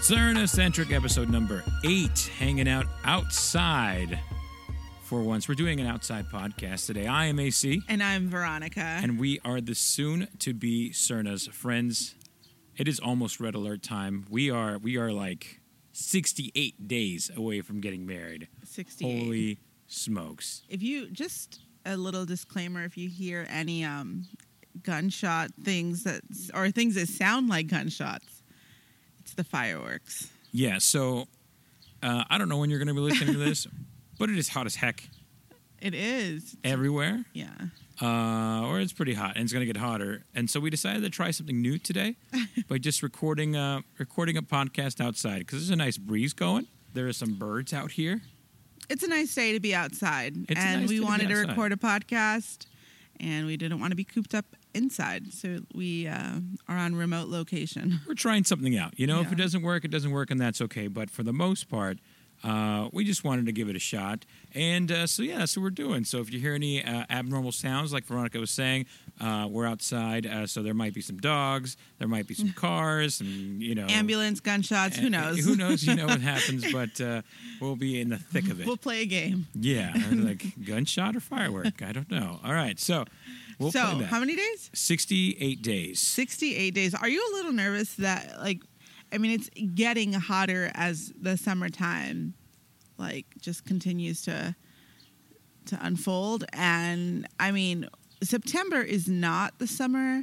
Cernocentric episode number eight, hanging out outside for once. We're doing an outside podcast today. I am AC, And I'm Veronica. and we are the soon to be Cerna's friends. It is almost red alert time. We are we are like 68 days away from getting married. 68. Holy smokes. If you just a little disclaimer if you hear any um gunshot things that or things that sound like gunshots, it's the fireworks. Yeah, so uh, I don't know when you're going to be listening to this, but it is hot as heck It is. everywhere. Yeah. uh, or it's pretty hot and it's going to get hotter. And so we decided to try something new today by just recording a, recording a podcast outside because there's a nice breeze going. There are some birds out here. It's a nice day to be outside. It's a and nice day we to be wanted to outside. record a podcast and we didn't want to be cooped up inside. So we uh, are on remote location. We're trying something out. You know, if Yeah. it doesn't work, it doesn't work, and that's okay. But for the most part, uh, we just wanted to give it a shot. And uh, so, yeah, that's what we're doing. So if you hear any uh, abnormal sounds, like Veronica was saying, uh, we're outside. Uh, so there might be some dogs, there might be some cars, and, you know. Ambulance, gunshots, who and- Oh. knows? Eh, Who knows? You know what happens, but uh, we'll be in the thick of it. we'll play a game. Yeah, I was like gunshot or firework. I don't know. All right, so we'll so, play that. how many days? Sixty-eight days. 68 days. Are you a little nervous that like I mean it's getting hotter as the summertime like just continues to to unfold and I mean September is not the summer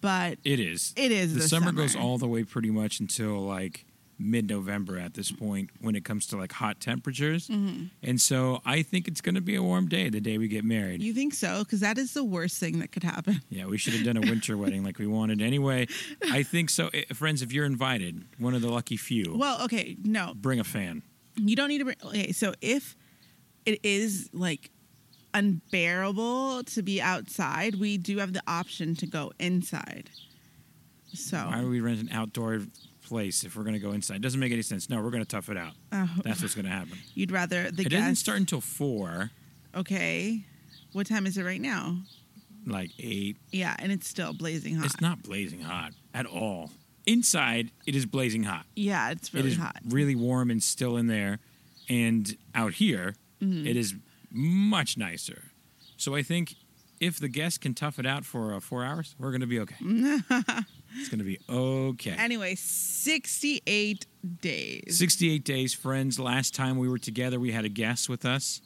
but It is. it is the, the summer, goes all the way pretty much until like mid-November at this point when it comes to like hot temperatures. Mm-hmm. And so I think it's going to be a warm day the day we get married. You think so cuz that is the worst thing that could happen. yeah, we should have done a winter wedding like we wanted. Anyway, I think so. Eh, Friends, if you're invited, one of the lucky few, Well, okay, no. bring a fan. You don't need to bring. Okay, so if it is like unbearable to be outside, we do have the option to go inside. So Why would we rent an outdoor place if we're going to go inside? doesn't make any sense. No, we're going to tough it out. Oh. That's what's going to happen. you'd rather the it guests. doesn't start until four, Okay, what time is it right now? like eight. Yeah, and it's still blazing hot. It's not blazing hot at all. Inside, it is blazing hot. yeah, it's really it is hot. really warm and still in there. And out here, Mm-hmm. it is much nicer. So I think if the guests can tough it out for uh, four hours, we're going to be okay. it's going to be okay. Anyway, sixty-eight days. 68 days, friends. Last time we were together, we had a guest with us,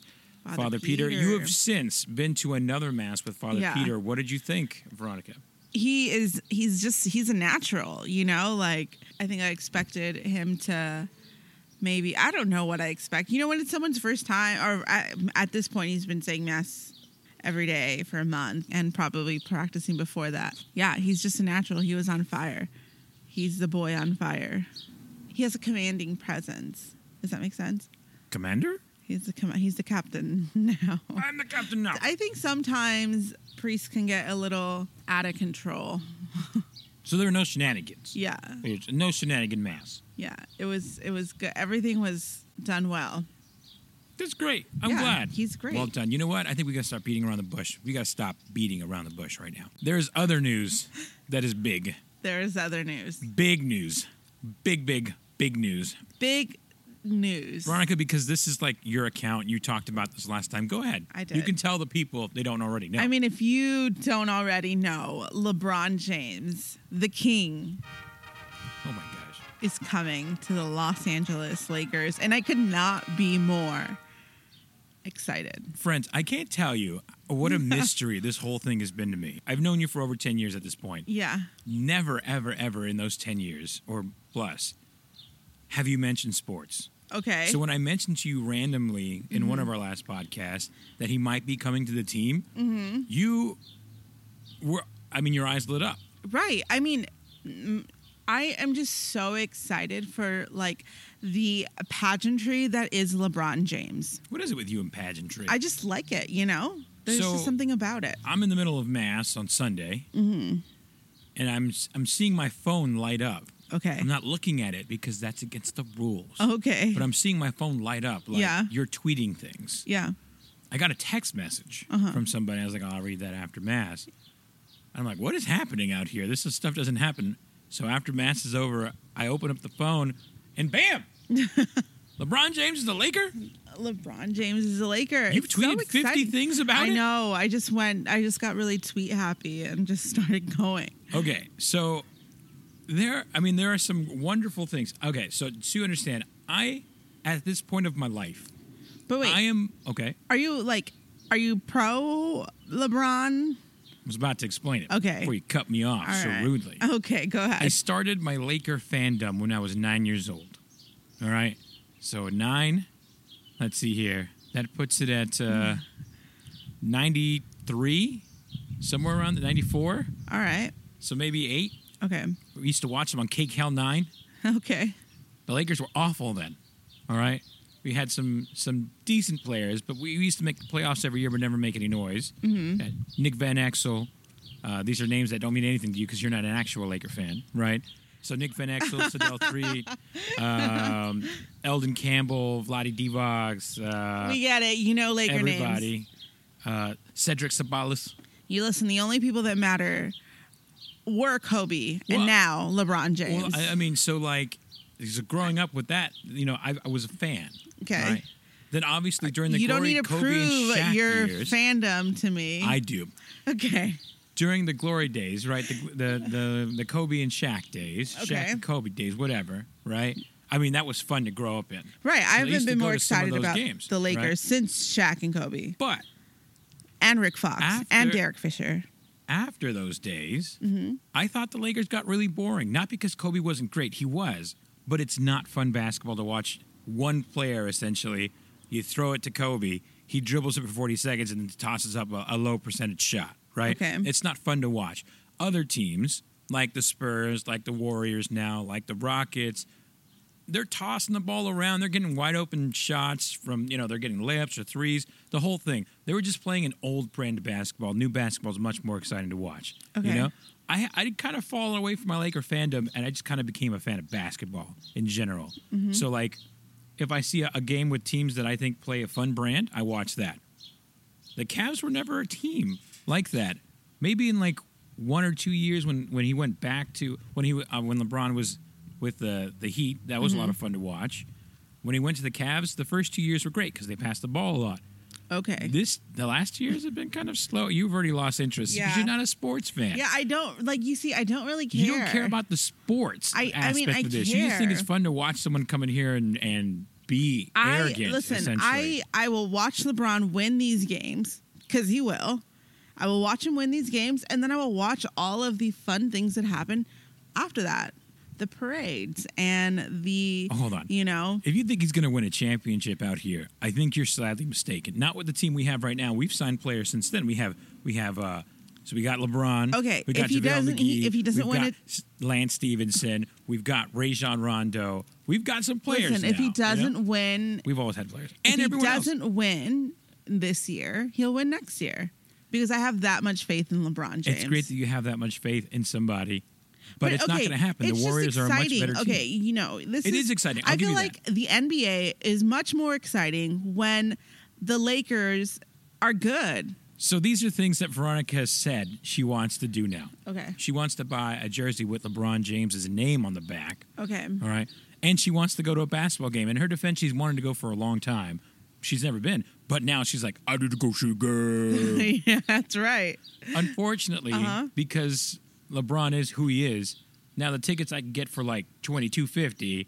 Father, Peter. You have since been to another mass with Father Yeah. Peter. What did you think, Veronica? he is he's just he's a natural you know like i think i expected him to maybe i don't know what i expect you know when it's someone's first time or at, at this point he's been saying mass every day for a month and probably practicing before that yeah he's just a natural he was on fire he's the boy on fire he has a commanding presence does that make sense Commander? he's the com- he's the captain now I'm the captain now. i think sometimes priests can get a little out of control so there are no shenanigans. yeah There's no shenanigan mass. Yeah, it was it was good. Everything was done well. That's great. I'm Yeah, glad. he's great. Well done. You know what? I think we got to stop beating around the bush. We got to stop beating around the bush right now. There's other news that is big. There is other news. Big news. Big, big, big news. Big news. Veronica, because this is like your account. You talked about this last time. Go ahead. I You did. can tell the people if they don't already know. I mean, if you don't already know, LeBron James, the king, oh my gosh. is coming to the Los Angeles Lakers, and I could not be more excited. Friends, I can't tell you what a mystery this whole thing has been to me. I've known you for over 10 years at this point. Yeah. Never, ever, ever in those 10 years or plus have you mentioned sports. Okay. Mm-hmm. So when I mentioned to you randomly in one of our last podcasts that he might be coming to the team, Mm-hmm. you were, I mean, your eyes lit up. Right. I mean, mm, I am just so excited for like the pageantry that is LeBron James. What is it with you and pageantry? I just like it, you know? There's So- just something about it. I'm in the middle of mass on Sunday, Mm-hmm. and I'm I'm seeing my phone light up. Okay. I'm not looking at it because that's against the rules. Okay. But I'm seeing my phone light up. Like Yeah. You're tweeting things. yeah. I got a text message Uh-huh. from somebody. I was like, "Oh, I'll read that after mass. I'm like, what is happening out here? This is, stuff doesn't happen. So after mass is over, I I open up the phone, and bam! LeBron James is the Laker. LeBron James is a Laker. You've It's so tweeted 50 exciting. things about I it. know. I just went. I just got really tweet happy and just started going. Okay, so there. I mean, there are some wonderful things. Okay, so to understand, I at this point of my life, But wait, I am okay. are you like, are you pro LeBron? I was about to explain it. Okay. before you cut me off All so right. Uh-huh. rudely. Okay, go I ahead. started my Laker fandom when I was nine years old. All right. So at nine, let's see here. That puts it at uh, 93, somewhere around the 94. All right. So maybe eight. Okay. We used to watch them on Cake Hell 9. Okay. The Lakers were awful then. All right. We had some some decent players, but we used to make the playoffs every year but never make any noise. Mm-hmm. Nick Van Exel. Uh, these are names that don't mean anything to you because you're not an actual Laker fan, right? So Nick Van Exel, Sidel Three, um, Eldon Campbell, Vladi Divox, uh, we get it. You know Laker names. everybody, uh, Cedric Sabalas. You listen. The only people that matter were Kobe Well, and now LeBron James. Well, I, I mean, so like, so growing up with that, you know, I, I was a fan. Okay. Uh, Then obviously during the you don't glory need to Kobe and prove Shaq your years, fandom to me. I do. okay. During the glory days, right? The the the, the Kobe and Shaq days, Shaq Okay. and Kobe days, whatever, right? I mean, that was fun to grow up in. Right. I at least haven't to been go more to some of excited those about games, the Lakers right? since Shaq and Kobe But and Rick Fox and After- Derek Fisher. after those days, I thought the Lakers got really boring. Not because Kobe wasn't great, he was, but it's not fun basketball to watch one player essentially. You throw it to Kobe, he dribbles it for 40 seconds and then tosses up a, a low percentage shot, right? Okay. It's not fun to watch. Other teams, like the Spurs, like the Warriors now, like the Rockets, they're tossing the ball around. They're getting wide open shots from, you know, they're getting layups or threes, the whole thing. They were just playing an old brand of basketball. New basketball is much more exciting to watch. Okay. You know, I I did kind of fall away from my Laker fandom and I just kind of became a fan of basketball in general. So, like, if I see a, a game with teams that I think play a fun brand, I watch that. The Cavs were never a team like that. Maybe in like one or two years when, when he went back to when he uh, when LeBron was with the the Heat, that was a Mm-hmm. lot of fun to watch. When he went to the Cavs, the first two years were great because they passed the ball a lot. Okay. This the last two years have been kind of slow. You've already lost interest because Yeah. you're not a sports fan. yeah, I don't like you see. I don't really care. You don't care about the sports I- I aspect mean, I of this. You just think it's care. fun to watch someone come in here and, and be I arrogant. listen. essentially. I I will watch LeBron win these games because he will. I will watch him win these games, and then I will watch all of the fun things that happen after that, the parades and the Hold on. you know, If you think he's going to win a championship out here, I think you're sadly mistaken. Not with the team we have right now. We've signed players since then. We have we have uh so we got LeBron. Okay, we if got he JaVale doesn't- McGee, he- if he doesn't we've win got it- S- Lance Stevenson. We've got Rajon Rondo. We've got some players. listen. if now, he you know? doesn't win, we've always had players, if and he everyone else. doesn't win this year, he'll win next year because I have that much faith in LeBron James. It's great that you have that much faith in somebody, but, it's not okay, going to happen. it's the just Warriors are a much exciting. better team. Okay, you know this. It is is exciting. I I'll give feel you like the NBA is much more exciting when the Lakers are good. So these are things that Veronica has said she wants to do now. Okay. She wants to buy a jersey with LeBron James's name on the back. Okay, All right. And she wants to go to a basketball game. In her defense, she's wanted to go for a long time. She's never been. But now she's like, I need to go see a game. yeah, that's right. Unfortunately, Uh-huh. because LeBron is who he is, now the tickets I can get for like twenty two fifty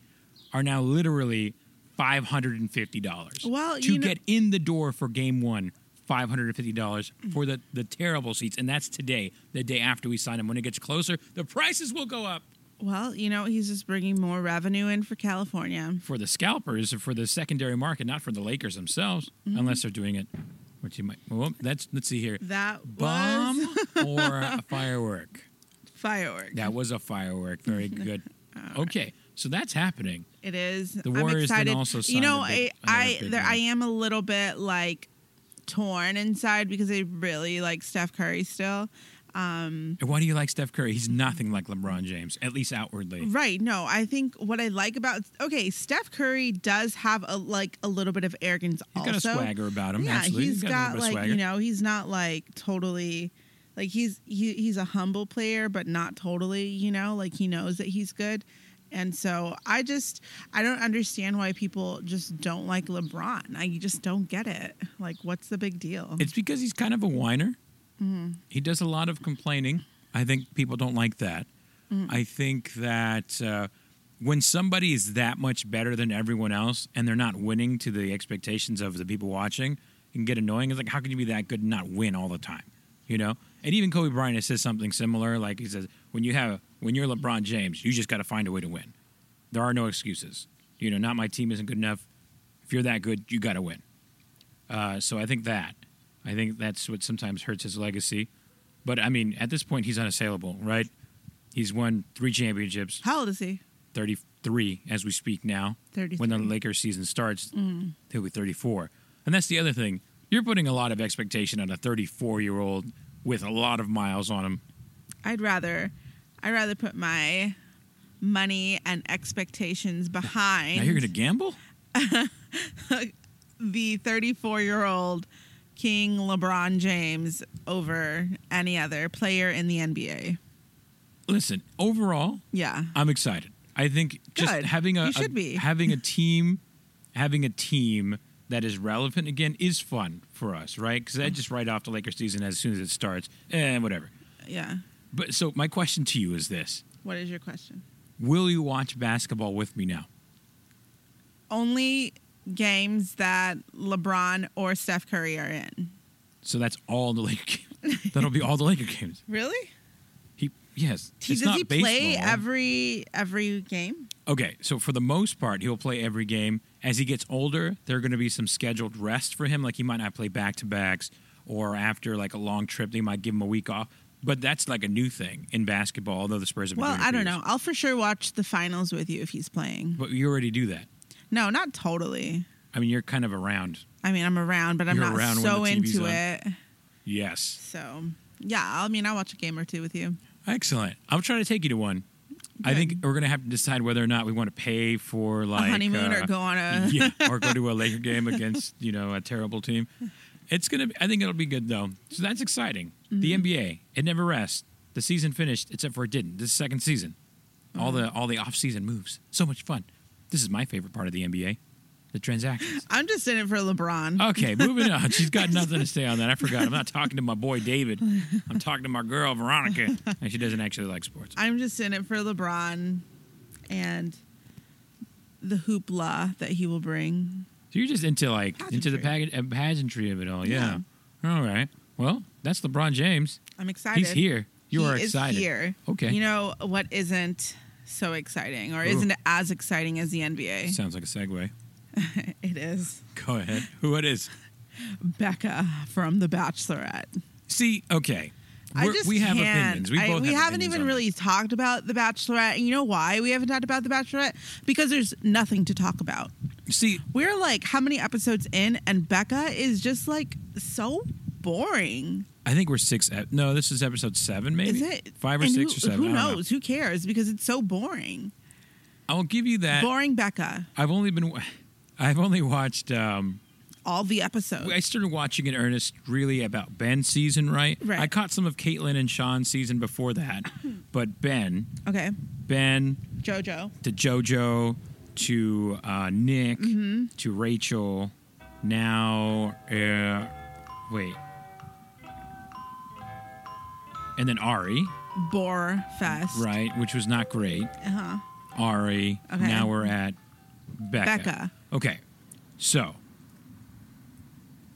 are now literally five hundred and fifty dollars. Well, to you know- get in the door for game one, five hundred and fifty dollars for the, the terrible seats, and that's today, the day after we sign them. When it gets closer, the prices will go up. Well, you know he's just bringing more revenue in for California. for the scalpers or for the secondary market, not for the Lakers themselves, Mm-hmm. unless they're doing it. Which you might. Well, that's let's see here. That was Bomb or a firework? firework. That was a firework. Very good. Okay, so that's happening. It is. The Warriors I'm then excited. also you signed know, a big- I another I big there, one. I am a little bit like torn inside because I really like Steph Curry still. Mm-hmm. And why do you like Steph Curry? He's nothing like LeBron James, at least outwardly. Right. No, I think what I like about okay, Steph Curry does have a like a little bit of arrogance. He's got also, a swagger about him. Yeah, absolutely. he's got, got, a little bit of like swagger. you know he's not like totally like he's he, he's a humble player but not totally you know like he knows that he's good And so I just I don't understand why people just don't like LeBron. I just don't get it. Like, what's the big deal? It's because he's kind of a whiner. Mhm. He does a lot of complaining. I think people don't like that. I think that uh, when somebody is that much better than everyone else and they're not winning to the expectations of the people watching, it can get annoying. It's like, how can you be that good and not win all the time? You know? And even Kobe Bryant has said something similar. Like he says, when you have when you're LeBron James, you just got to find a way to win. There are no excuses. You know, not my team isn't good enough. If you're that good, you got to win. Uh, so I think that. I think that's what sometimes hurts his legacy. But I mean, at this point, he's unassailable, right? He's won three championships, How old is he? 33 as we speak now. Thirty. When the Lakers season starts, he'll be 34. And that's the other thing. You're putting a lot of expectation on a 34 year old with a lot of miles on him. I'd rather I'd rather put my money and expectations Now you're behind going to gamble? the 34 year old King LeBron James over any other player in the NBA. Listen, overall, Yeah. I'm excited. I think just Good. having a, You should a- be. having a team, having a team that is relevant again is fun for us, right? Because I just write off the Lakers season as soon as it starts, and whatever. Yeah. But so my question to you is this: What is your question? Will you watch basketball with me now? Only games that LeBron or Steph Curry are in. So that's all the Laker games. That'll be all the Laker games. Really? He yes, He, it's does not he play baseball. every every game? Okay, so for the most part, he'll play every game. As he gets older, there are going to be some scheduled rest for him. Like he might not play back to backs, or after like a long trip, they might give him a week off. But that's like a new thing in basketball. Although the Spurs have been Well, doing it I for don't years. know. I'll for sure watch the finals with you if he's playing. But you already do that. No, not totally. I mean, you're kind of around. I mean, I'm around, but I'm You're not around when so the TV's into on. it. Yes, So, yeah, I mean, I'll watch a game or two with you. excellent. I'm trying to take you to one. I think we're going to have to decide whether or not we want to pay for like uh, honeymoon or go on a- yeah, or go to a Laker game against you know a terrible team. It's gonna. Be, I think it'll be good though. So that's exciting. The NBA it never rests. The season finished except for it didn't. This is second season, all the all the off season moves. So much fun. This is my favorite part of the NBA, the transactions. I'm just in it for LeBron. Okay, moving on. She's got nothing to say on that. I forgot. I'm not talking to my boy David. I'm talking to my girl Veronica, and she doesn't actually like sports. I'm just in it for LeBron and the hoopla that he will bring. So you're just into like into the Pageantry. pageant, uh, pageantry of it all, yeah. All right. Well, that's LeBron James. I'm excited. He's here. You He are is excited. here. Okay. You know what isn't so exciting or Ooh. isn't as exciting as the NBA? Sounds like a segue. it is Go ahead. Who it is? Becca from The Bachelorette. See, okay. I We're- just we have can't. opinions. We I- both have haven't opinions even on really talked about The Bachelorette. And you know why we haven't talked about The Bachelorette? Because there's nothing to talk about. that. See, We're like how many episodes in and Becca is just like so boring. I think we're six. ep- No, this is episode seven, maybe. Is it five or and six who- or seven? Who I don't know. knows? Who cares? Because it's so boring. I will give you that. boring Becca. I've only been. I've only watched. Um, All the episodes. I started watching in earnest really about Ben's season, right? Right. I caught some of Caitlyn and Sean's season before that, but Ben, okay. Ben, JoJo. to JoJo, to uh, Nick, Mm-hmm. to Rachel. Now, uh, wait, and then Ari, Bore fest. right? Which was not great. Uh-huh. Ari. Okay. Now we're at Becca. Becca. Okay, so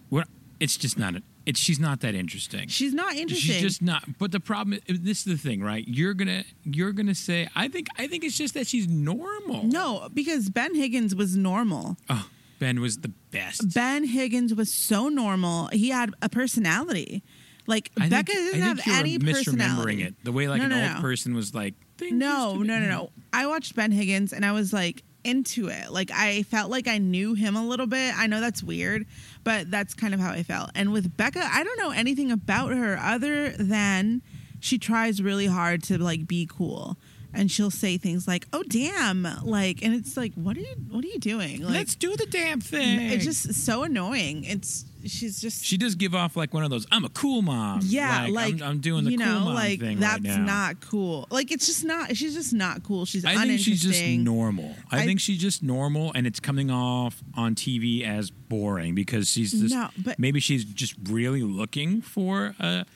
what? It's just not. A, it's she's not that interesting. She's not interesting. She's just not. But the problem is, this is the thing, right? You're gonna, you're gonna say, I think, I think it's just that she's normal. no, because Ben Higgins was normal. Oh, Ben was the best. Ben Higgins was so normal. He had a personality. Like I Becca think, doesn't I have think you're any personality. misremembering it. The way like No, an no, old no. person was like. "Things used No, to be-" no, no, no. I watched Ben Higgins and I was like into it. Like I felt like I knew him a little bit. I know that's weird, but that's kind of how I felt. And with Becca, I don't know anything about her other than she tries really hard to like be cool. And she'll say things like, "Oh damn!" Like, and it's like, "What are you? What are you doing?" Like, Let's do the damn thing. it's just so annoying. It's she's just She does give off like one of those. I'm a cool mom. yeah, like, I'm, I'm doing the you cool know, mom like thing that's right now. not cool. Like it's just not. She's just not cool. She's I think uninteresting. she's just normal. I, I- think she's just normal, and it's coming off on TV as boring because she's just No, but- maybe she's just really looking for a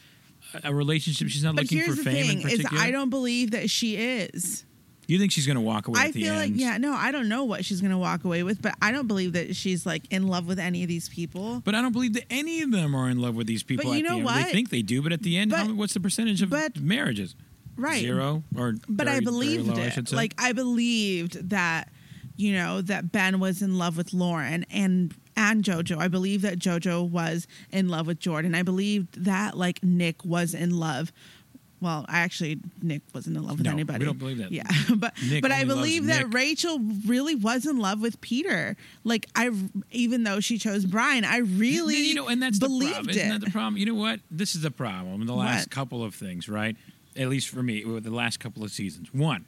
a relationship. She's not but looking for here's the fame in thing: is particular. I don't believe that she is. you think she's going to walk away? I at the feel like end? yeah, no, I don't know what she's gonna walk away with, but I don't believe that she's like in love with any of these people. But I don't believe that any of them are in love with these people. But you at the end. know They what? think they do, but at the end, how- But- what's the percentage of but- marriages? Right. Zero or But very- I very believed low, I it. should say. like I believed that, you know, that Ben was in love with Lauren and and Jojo. I believe that Jojo was in love with Jordan. I believed that like Nick was in love. Well, I actually Nick wasn't in love with No, we anybody. don't believe that. Yeah, but Nick but I only loves believe that Nick. Rachel really was in love with Peter. Like I, even though she chose Brian, I really you know, and that's the believed problem. it. Isn't that the problem? You know what? This is the problem. in The last What? couple of things, right? At least for me, with the last couple of seasons. One,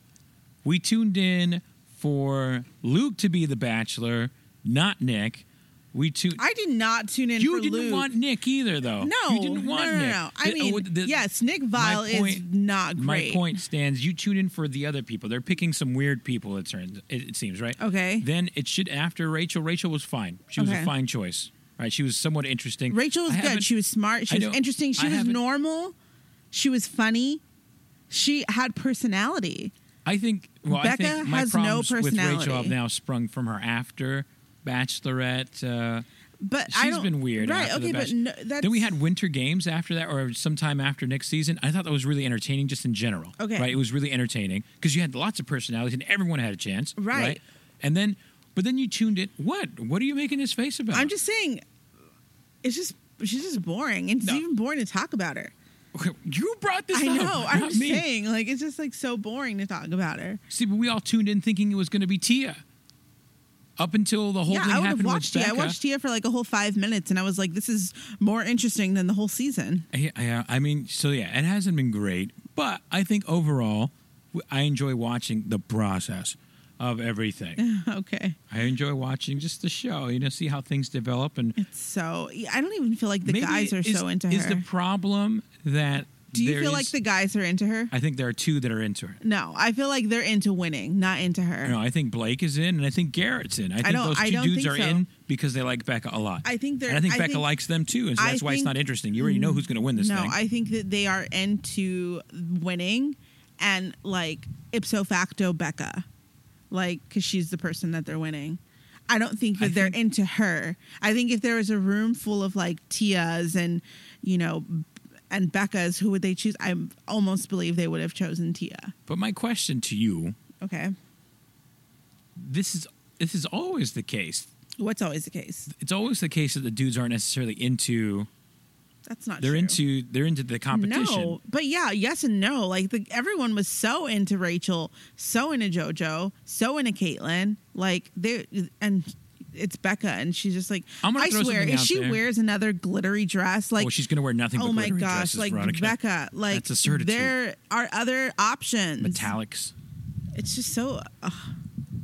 we tuned in for Luke to be the bachelor, not Nick. We tuned. I did not tune in. you for didn't Luke. want Nick either, though. No, Oh, you didn't want no, no, Nick. no. I The- mean, oh, the- yes, Nick Vile my is point- not My great. point stands. You tune in for the other people. They're picking some weird people. It turns. It, it seems right. Okay. Then it should after Rachel. Rachel was fine. She was a Okay. fine choice. Right. She was somewhat interesting. Rachel was I haven't- good. She was smart. I She was don't- interesting. She I was haven't- normal. She was funny. She had personality. I think. Well, I Becca think my has no problems with Rachel have personality. now sprung from her after Bachelorette. Uh, But I She's don't, been weird. Right. after the okay. but Bachelor- no, that's, then we had Winter Games after that, or sometime after next season. I thought that was really entertaining, just in general. Okay. Right. It was really entertaining because you had lots of personalities and everyone had a chance. Right. And then, but then you tuned it. What? What are you making this face about? I'm just saying. It's just she's just boring, and it's No. even boring to talk about her. You brought this I up. know. I'm not just me. saying, like it's just like so boring to talk about her. See, but we all tuned in thinking it was going to be Tia. Up until the whole yeah, thing I would have happened watched with Tia. Becca, I watched Tia for like a whole five minutes, and I was like, this is more interesting than the whole season. I, I, I mean, so yeah, it hasn't been great, but I think overall, w- I enjoy watching the process of everything. okay. I enjoy watching just the show, you know, see how things develop, and It's so I don't even feel like the maybe guys are is, so into is her. the problem that Do you there feel is- like the guys are into her? I think there are two that are into it. no, I feel like they're into winning, not into her. No, I think Blake is in, and I think Garrett's in. I think don't- those two I don't dudes think are so. in because they like Becca a lot. I think they're- And I think I Becca think- likes them too, and so I that's why it's think- Mm-hmm. not interesting. You already know who's going to win this no, thing. I think that they are into winning and like ipso facto Becca, like because she's the person that they're winning. I don't think that I they're think- into her. I think if there was a room full of like Tias and you know and Beccas, who would they choose? I almost believe they would have chosen Tia. but my question to you: Okay, This is this is always the case. what's always the case. it's always the case that the dudes aren't necessarily into That's not. they're true. into they're into the competition. No, but yeah, yes and no. Like the, everyone was so into Rachel, so into JoJo, so into Caitlyn. Like they and it's Becca, and she's just like, I'm gonna I throw swear, something if out she there. wears another glittery dress, like well, she's going to wear nothing. But oh my glittery gosh, dresses, like Veronica. Becca, like That's a certitude. there are other options. metallics. It's just so. Uh,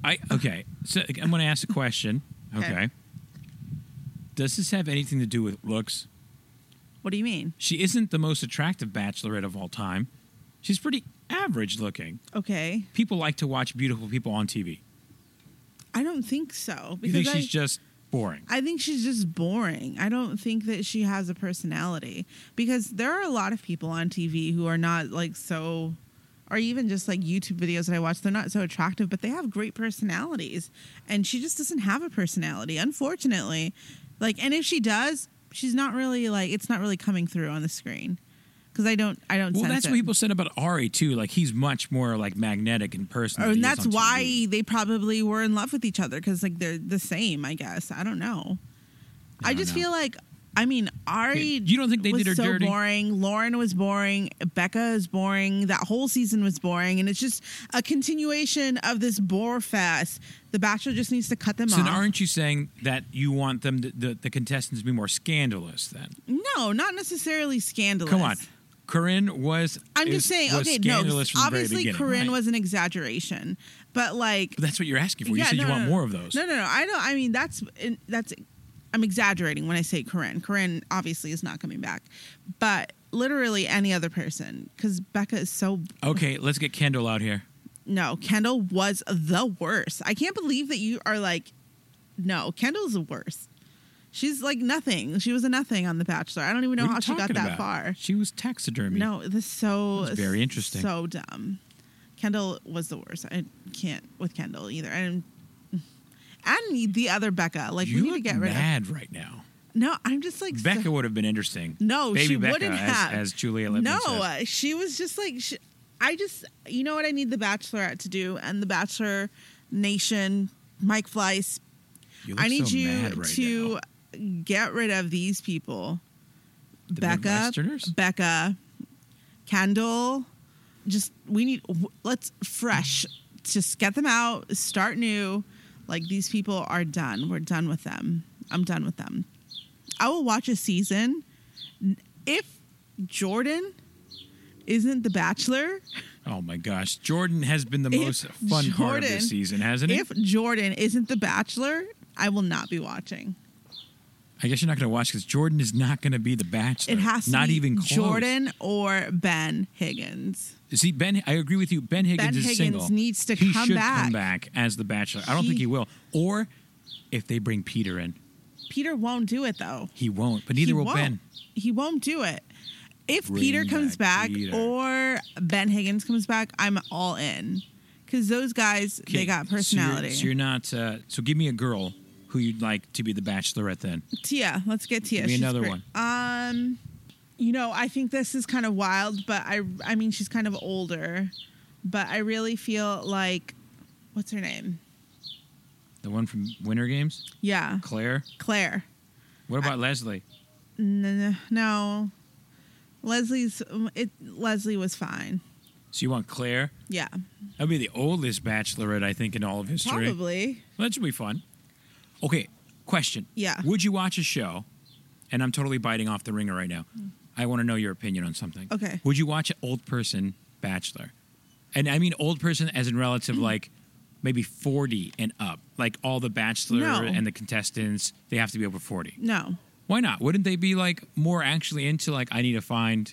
I okay. So I'm going to ask a question. Okay. Okay. Does this have anything to do with looks? what do you mean? She isn't the most attractive bachelorette of all time. She's pretty average looking. Okay, People like to watch beautiful people on TV. I don't think so You because think I, she's just boring? I think she's just boring. I don't think that she has a personality because there are a lot of people on TV who are not like so, or even just like YouTube videos that I watch, they're not so attractive, but they have great personalities. And she just doesn't have a personality, unfortunately. Like, and if she does, she's not really like, it's not really coming through on the screen. Cause I don't, I don't Well, sense that's it. what people said about Ari too. Like he's much more like magnetic in person. than Oh, and he is that's on TV. why they probably were in love with each other because like they're the same i guess i don't know i, don't just know. feel like i mean ari You don't think they was did her so dirty? boring lauren was boring becca is boring that whole season was boring and it's just a continuation of this bore fest the bachelor just needs to cut them So off then aren't you saying that you want them, to, the, the contestants, to be more scandalous then? no not necessarily scandalous Come on. Corinne was. i'm is- just saying was okay no scandalous from the very obviously beginning, corinne right. was an exaggeration but like But that's what you're asking for. you said you want no. more of those. No, no, no. I know. I mean, that's in- that's I'm exaggerating when I say Corinne. Corinne obviously is not coming back, but literally any other person because Becca is so Okay, let's get Kendall out here. no. Kendall was the worst. I can't believe that you are like, no. Kendall's the worst. She's like nothing. She was a nothing on The Bachelor. I don't even know What are how you she got talking that about? far. She was taxidermy. No, this is so That's very interesting. So dumb. Kendall was the worst. I can't with Kendall either, and and the other Becca. Like you we need to look get rid of. mad right now. No, I'm just like so- Becca would have been interesting. No, Baby she Becca, wouldn't as- have. as Julia Lippman No, says. uh, she was just like, she, I just, you know what I need the Bachelorette to do, and the Bachelor Nation, Mike Fleiss. You look I need so you mad right to now. get rid of these people. The Becca, Midwesterners? Becca, Kendall. Just we need w- let's fresh. Just get them out. Start new. Like these people are done. We're done with them. I'm done with them. I will watch a season if Jordan isn't the Bachelor. Oh my gosh, Jordan has been the If most fun part of Jordan- this season, hasn't If it? Jordan isn't the Bachelor, I will not be watching. I guess you're not going to watch because Jordan is not going to be the bachelor. It has to not be even close. Jordan or Ben Higgins. See, Ben, I agree with you. Ben Higgins Ben is Higgins single. needs to he come should back. come back as the bachelor. I don't He- think he will. Or if they bring Peter in, Peter won't do it though. he won't. But neither he will won't. Ben. He won't do it. If Bring Peter comes back back, Peter. or Ben Higgins comes back, I'm all in. Because those guys, Okay, they got so you're- personality. So you're, not. Uh, so give me a girl who you'd like to be the bachelorette. Then Tia, let's get Tia. Give me She's another great. one. Um, you know, I think this is kind of wild, but I, I mean, she's kind of older, but I really feel like, what's her name? the one from Winter Games, Yeah, Claire. Claire. What about Leslie? No, uh, no, Leslie's. um, It Leslie was fine. So you want Claire? Yeah, That'd be the oldest bachelorette I think in all of history. probably. Well, that should be fun. Okay, question. Yeah. Would you watch a show? And I'm totally biting off the ringer right now. I want to know your opinion on something. Mm. Okay. Would you watch an old person Bachelor? And I mean old person as in relative, Mm. like maybe 40 and up. Like all the Bachelor No. and the contestants, they have to be over 40. No, Why not? Wouldn't they be like more actually into like, I need to find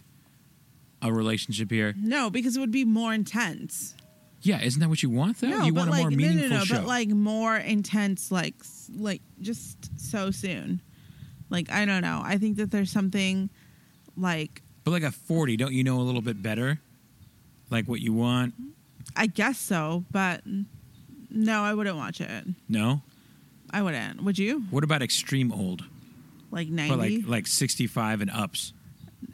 a relationship here? no, because it would be more intense. Yeah, isn't that what you want though? No, Oh, you want but a like more no, meaningful no, no, show. but like more intense, like s- like just so soon. Like I don't know. I think that there's something like But like at 40, don't you know a little bit better? Like what you want? I guess so, but no, I wouldn't watch it. No? I wouldn't. Would you? What about extreme old? Like But ninety, like like 65 and ups.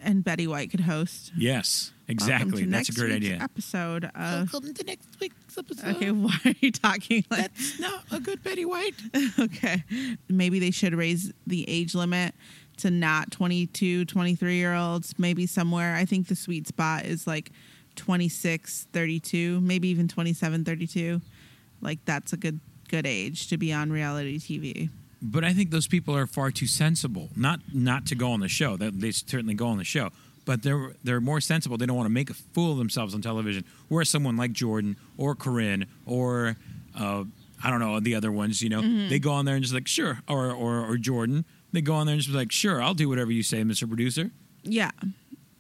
and Betty White could host. Yes, Welcome exactly. to That's a next Uh, great week's idea. Episode of Welcome to next week's episode. Okay, why are you talking like That's not a good Betty White. okay. Maybe they should raise the age limit to not 22, 23 year olds, maybe somewhere. I think the sweet spot is like 26, 32, maybe even 27, 32. Like that's a good good age to be on reality TV. But I think those people are far too sensible. Not not to go on the show. That they certainly go on the show. But they're they're more sensible. They don't want to make a fool of themselves on television. Whereas someone like Jordan or Corinne or uh, I don't know the other ones, you know, Mm-hmm. they go on there and just like sure, or or or Jordan, they go on there and just be like sure, I'll do whatever you say, Mr. Producer. Yeah.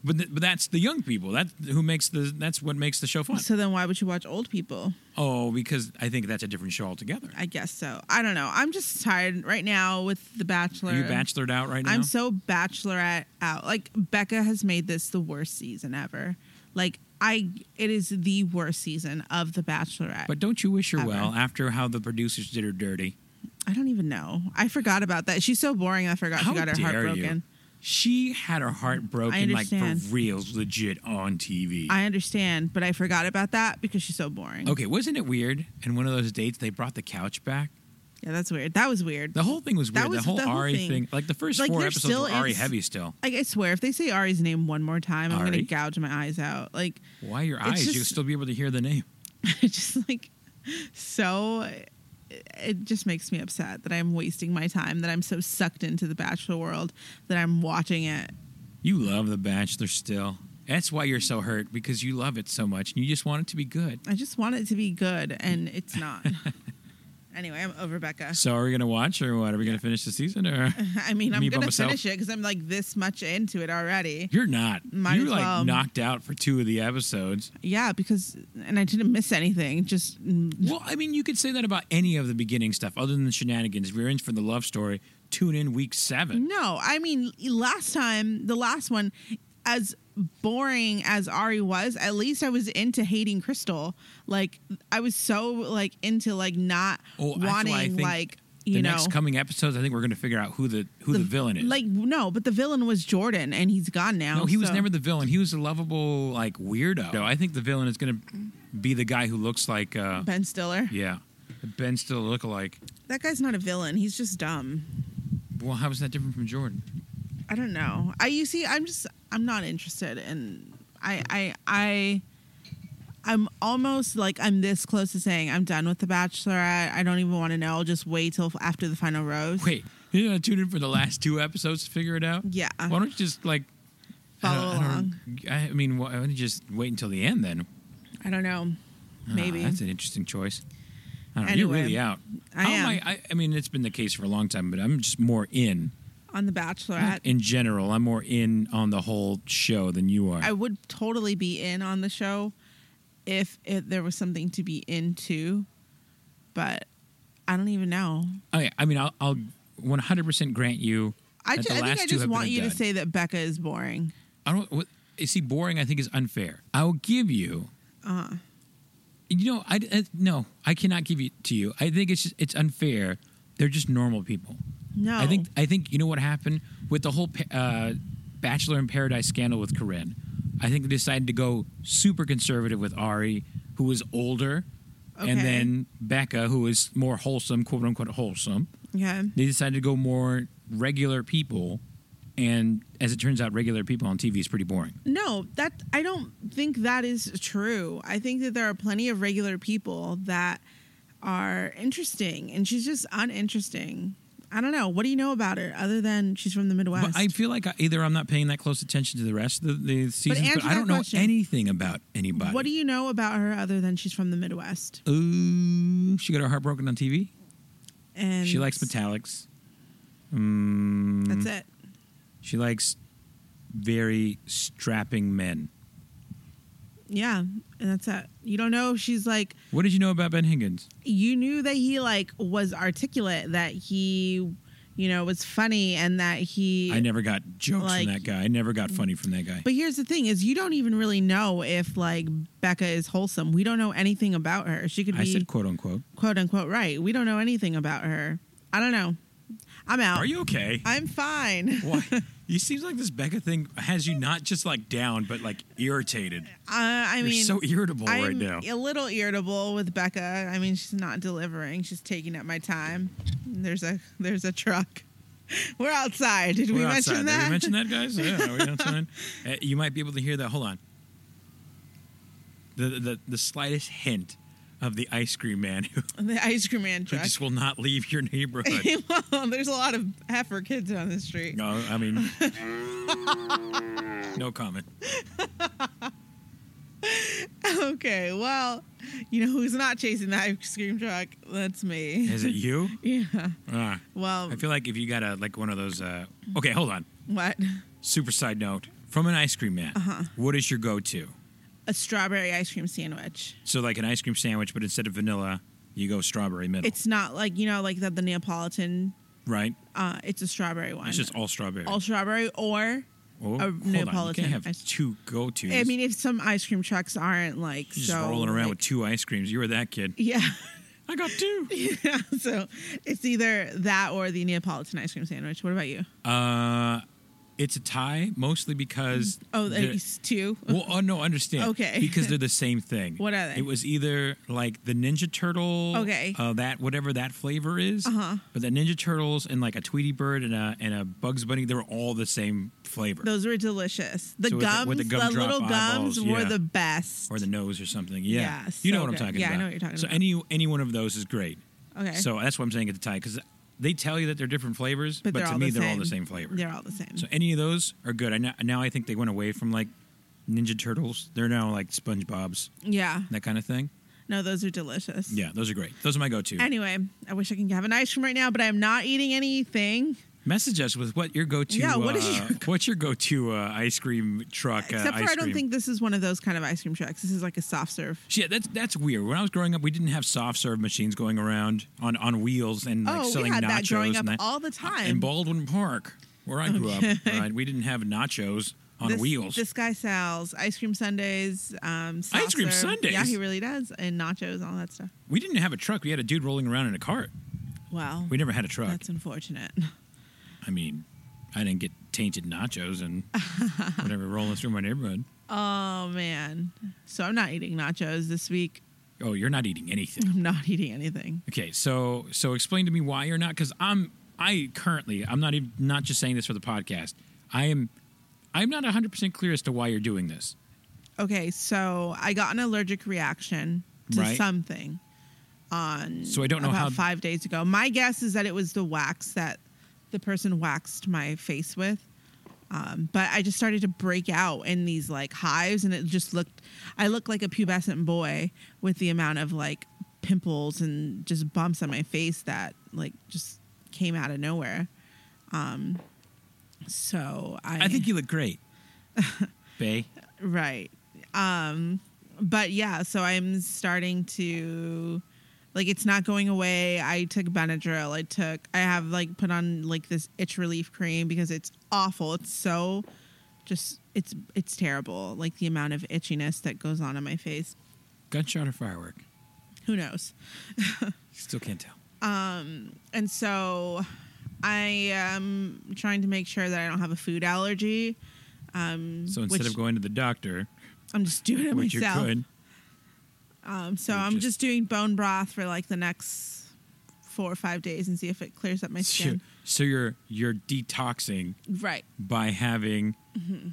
But th- but that's the young people. That who makes the that's what makes the show fun. So then why would you watch old people? oh, because I think that's a different show altogether. I guess so. I don't know. I'm just tired right now with The Bachelor. Are you bachelored out right now? I'm so bachelorette out. Like Becca has made this the worst season ever. Like I, it is the worst season of the Bachelorette. But don't you wish her Ever. well after how the producers did her dirty? I don't even know. I forgot about that. She's so boring. I forgot How she got her heart dare you. broken. She had her heart I broken like for understand. reals, legit on TV. I understand, but I forgot about that because she's so boring. okay, wasn't it weird? In one of those dates, they brought the couch back. Yeah, that's weird. That was weird. The whole thing was That weird. was the whole the whole Ari thing. thing. like the first Like, four they're episodes still were Ari in- heavy still. like I swear, if they say Ari's name one more time, I'm Ari? gonna gouge my eyes out. Like Why your It's eyes? You'll just- still be able to hear the name. it's just like so it just makes me upset that I'm wasting my time, that I'm so sucked into the bachelor world that I'm watching it. You love The Bachelor still. That's why you're so hurt because you love it so much and you just want it to be good. I just want it to be good and it's not. Anyway, I'm over Becca. So are we gonna watch or what? Are we gonna finish the season or? I mean, I'm Me by gonna myself? finish it because I'm like this much into it already. You're not. Might You're as like well. knocked out for two of the episodes. Yeah, because and I didn't miss anything. Just mm, Well, I mean, you could say that about any of the beginning stuff, other than the shenanigans. If you're in for the love story, tune in week seven. no. I mean, last time, the last one, as boring as Ari was, at least I was into hating Crystal. Like I was so like into like not Oh, that's why I wanting think like you the know next coming episodes, I think we're gonna figure out who the who the, villain is. Like no, but the villain was Jordan, and he's gone now. no, he was so- never the villain. He was a lovable like weirdo. No, I think the villain is gonna be the guy who looks like uh, Ben Stiller. yeah, Ben still look alike. That guy's not a villain. He's just dumb. Well, how is that different from Jordan? I don't know. I you see, I'm just I'm not interested, and I I I. I'm almost like I'm this close to saying I'm done with The Bachelorette. I don't even want to know. I'll just wait till after the final rose. Wait, you didn't tune in for the last two episodes to figure it out? Yeah. Why don't you just like I don't- Follow I don't- I, I mean, why don't you just wait until the end then? I don't know. Ah, Maybe. that's an interesting choice. I don't know. Anyway, You're really out. I How am. I, I mean, it's been the case for a long time, but I'm just more in On The Bachelorette, in general. I'm more in on the whole show than you are. I would totally be in on the show if, if there was something to be into, but I don't even know. I, I mean, I'll, I'll 100% grant you. I, that ju- the I last think I two just have been want you done. to say that Becca is boring. I don't. What, you see, boring. I think is unfair. I will give you. Uh-huh. You know, I, I no, I cannot give it to you. I think it's just, it's unfair. They're just normal people. No, I think I think you know what happened with the whole pa- uh, Bachelor in Paradise scandal with Corinne. I think they decided to go super conservative with Ari, who was older, and Okay. then Becca, who is more wholesome, quote unquote wholesome. Yeah, They decided to go more regular people, and as it turns out, regular people on TV is pretty boring. no, that I don't think that is true. I think that there are plenty of regular people that are interesting, and she's just uninteresting. I don't know. What do you know about her other than she's from the Midwest? But I feel like I, either I'm not paying that close attention to the rest of the, the season, but, answer I that don't know question. anything about anybody. what do you know about her other than she's from the Midwest? Ooh, she got her heart broken on TV. And She likes metallics. Mm, That's it. She likes very strapping men. Yeah, and that's it. You don't know. if She's like What did you know about Ben Higgins? you knew that he like was articulate, that he, you know, was funny, and that he. I never got jokes like- from that guy. I never got funny from that guy. But here's the thing: is you don't even really know if like Becca is wholesome. We don't know anything about her. She could be I said quote unquote. quote unquote right. We don't know anything about her. I don't know. I'm out. Are you okay? I'm fine. Why? You seems like this Becca thing has you not just like down, but like irritated. I, I You're mean, so irritable I'm right now. a little irritable with Becca. I mean, she's not delivering. She's taking up my time. There's a there's a truck. We're outside. Did we We're mention outside. that? Did we mention that, guys? Yeah, are we outside? Uh, you might be able to hear that. Hold on. The, the the slightest hint of the ice cream man who, The ice cream man who truck. just will not leave your neighborhood. Well, there's a lot of heifer kids on the street. No, I mean, no comment. Okay, well, you know who's not chasing the ice cream truck? That's me. Is it you? Yeah. Ah, Well, I feel like if you got a like one of those. Uh, okay, hold on. what? Super side note from an ice cream man. Uh-huh. What is your go-to? A strawberry ice cream sandwich. So like an ice cream sandwich, but instead of vanilla, you go strawberry middle. It's not like you know, like that the Neapolitan. right. Uh, it's a strawberry one. It's just all strawberry. all strawberry or. oh, a hold on. You Neapolitan can't have ice- two go-tos. I mean, if some ice cream trucks aren't like You're just so rolling around like- with two ice creams. You were that kid. Yeah. I got two. yeah. So it's either that or the Neapolitan ice cream sandwich. What about you? Uh, it's a tie, mostly because Oh, at they're- least two. Well, oh, no, understand. Okay. Because they're the same thing. What are they? It was either like the Ninja Turtle. Okay. Uh, that whatever that flavor is. Uh-huh. But the Ninja Turtles and like a Tweety Bird and a and a Bugs Bunny, they were all the same flavor. Those were delicious. The So with the- gums, with the the, gumdrop little eyeballs, gums were yeah. the best. or the nose or something. Yeah. Yeah, you know so what good. I'm talking Yeah, I about. know what you're talking so about. any any one of those is great. okay. So that's what I'm saying at the tie because they tell you that they're different flavors, but, they're to all me the they're same. all the same flavor. They're all the same. So any of those are good. I now, now I think they went away from like Ninja Turtles. They're now like SpongeBob's, yeah. that kind of thing. No, those are delicious. Yeah, those are great. Those are my go-to. Anyway, I wish I can have an ice cream right now, but I'm not eating anything Message us with what your go-to. Yeah, what is uh, your- what's your go-to uh, ice cream truck? uh, except for ice I don't cream? think this is one of those kind of ice cream trucks. This is like a soft serve. Yeah, that's that's weird. When I was growing up, we didn't have soft serve machines going around on, on wheels and like Oh, we selling had nachos that growing and up that. all the time. in Baldwin Park, where I grew up. Okay. Right, we didn't have nachos on this, wheels. This guy sells ice cream sundaes, um, soft Ice cream serve. sundaes? Yeah, he really does, and nachos, all that stuff. we didn't have a truck. We had a dude rolling around in a cart. Wow, We never had a truck. that's unfortunate. I mean, I didn't get tainted nachos and whatever rolling through my neighborhood. Oh man, so I'm not eating nachos this week. Oh, you're not eating anything. I'm not eating anything. Okay, so so explain to me why you're not because I'm I currently I'm not even not just saying this for the podcast. I am I'm not 100 percent clear as to why you're doing this. Okay, so I got an allergic reaction to Right. something on So I don't know about how- five days ago. My guess is that it was the wax that the person waxed my face with. Um, but I just started to break out in these like hives, and it just looked. I looked like a pubescent boy with the amount of like pimples and just bumps on my face that like just came out of nowhere. Um, so I, I think you look great, Bay. Right. Um but yeah, so I'm starting to like it's not going away. I took Benadryl. I took I have like put on like this itch relief cream because it's awful. It's so just it's it's terrible. Like the amount of itchiness that goes on in my face. Gunshot or firework? Who knows? Still can't tell. and so I am trying to make sure that I don't have a food allergy. So instead Which- of going to the doctor, I'm just doing it which myself. you could, Um, so You I'm just- just doing bone broth for like the next four or five days and see if it clears up my so, skin. so you're you're detoxing Right. by having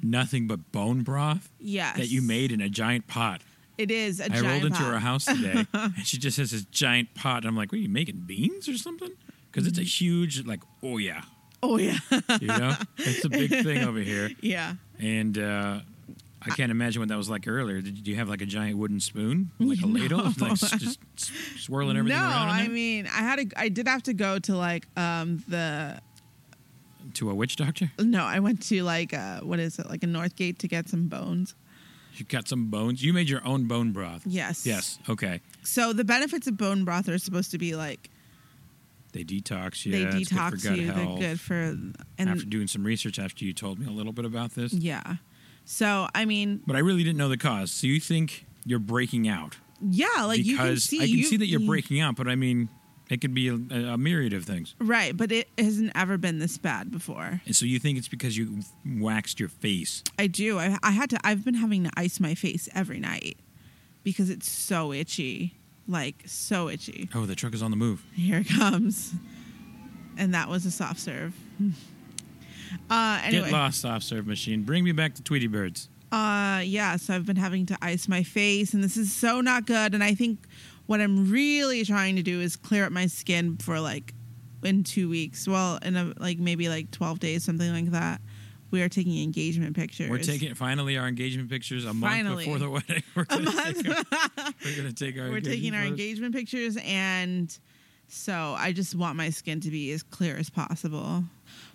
nothing but bone broth Yes. that you made in a giant pot. It is a I giant rolled into pot. her house today, and she just has this giant pot. And I'm like, "What are you making beans or something?" Because Mm-hmm. it's a huge, like, oh yeah, Oh yeah. you know, it's a big thing over here. yeah. And uh, I can't imagine what that was like earlier. Did you have like a giant wooden spoon, like a ladle, like s- just s- swirling No, everything around? in I there? mean I had a I did have to go to like um the to a witch doctor. no, I went to like uh what is it, like a Northgate to get some bones. You got some bones. You made your own bone broth. Yes. Yes. Okay. So the benefits of bone broth are supposed to be like They detox you. they it's good detox for gut you, Health. they're good for and after doing some research, after you told me a little bit about this, yeah. So I mean, but I really didn't know the cause. So you think you're breaking out? yeah, like you can because see I can you- see that you're you- breaking out, but I mean, it could be a, a myriad of things. Right, but it hasn't ever been this bad before. And so you think it's because you waxed your face? I do. I, I had to. I've been having to ice my face every night because it's so itchy, like so itchy. Oh, the truck is on the move. Here it comes, and that was a soft serve. Uh, anyway, Get lost, soft serve machine. Bring me back to Tweety Birds. uh, yeah. So I've been having to ice my face, and this is so not good. And I think what I'm really trying to do is clear up my skin for like in two weeks. Well, in a, like maybe like 12 days, something like that. We are taking engagement pictures. We're taking finally our engagement pictures a month Finally. before the wedding. We're gonna take our, we're gonna take our we're taking our photos. engagement pictures and so i just want my skin to be as clear as possible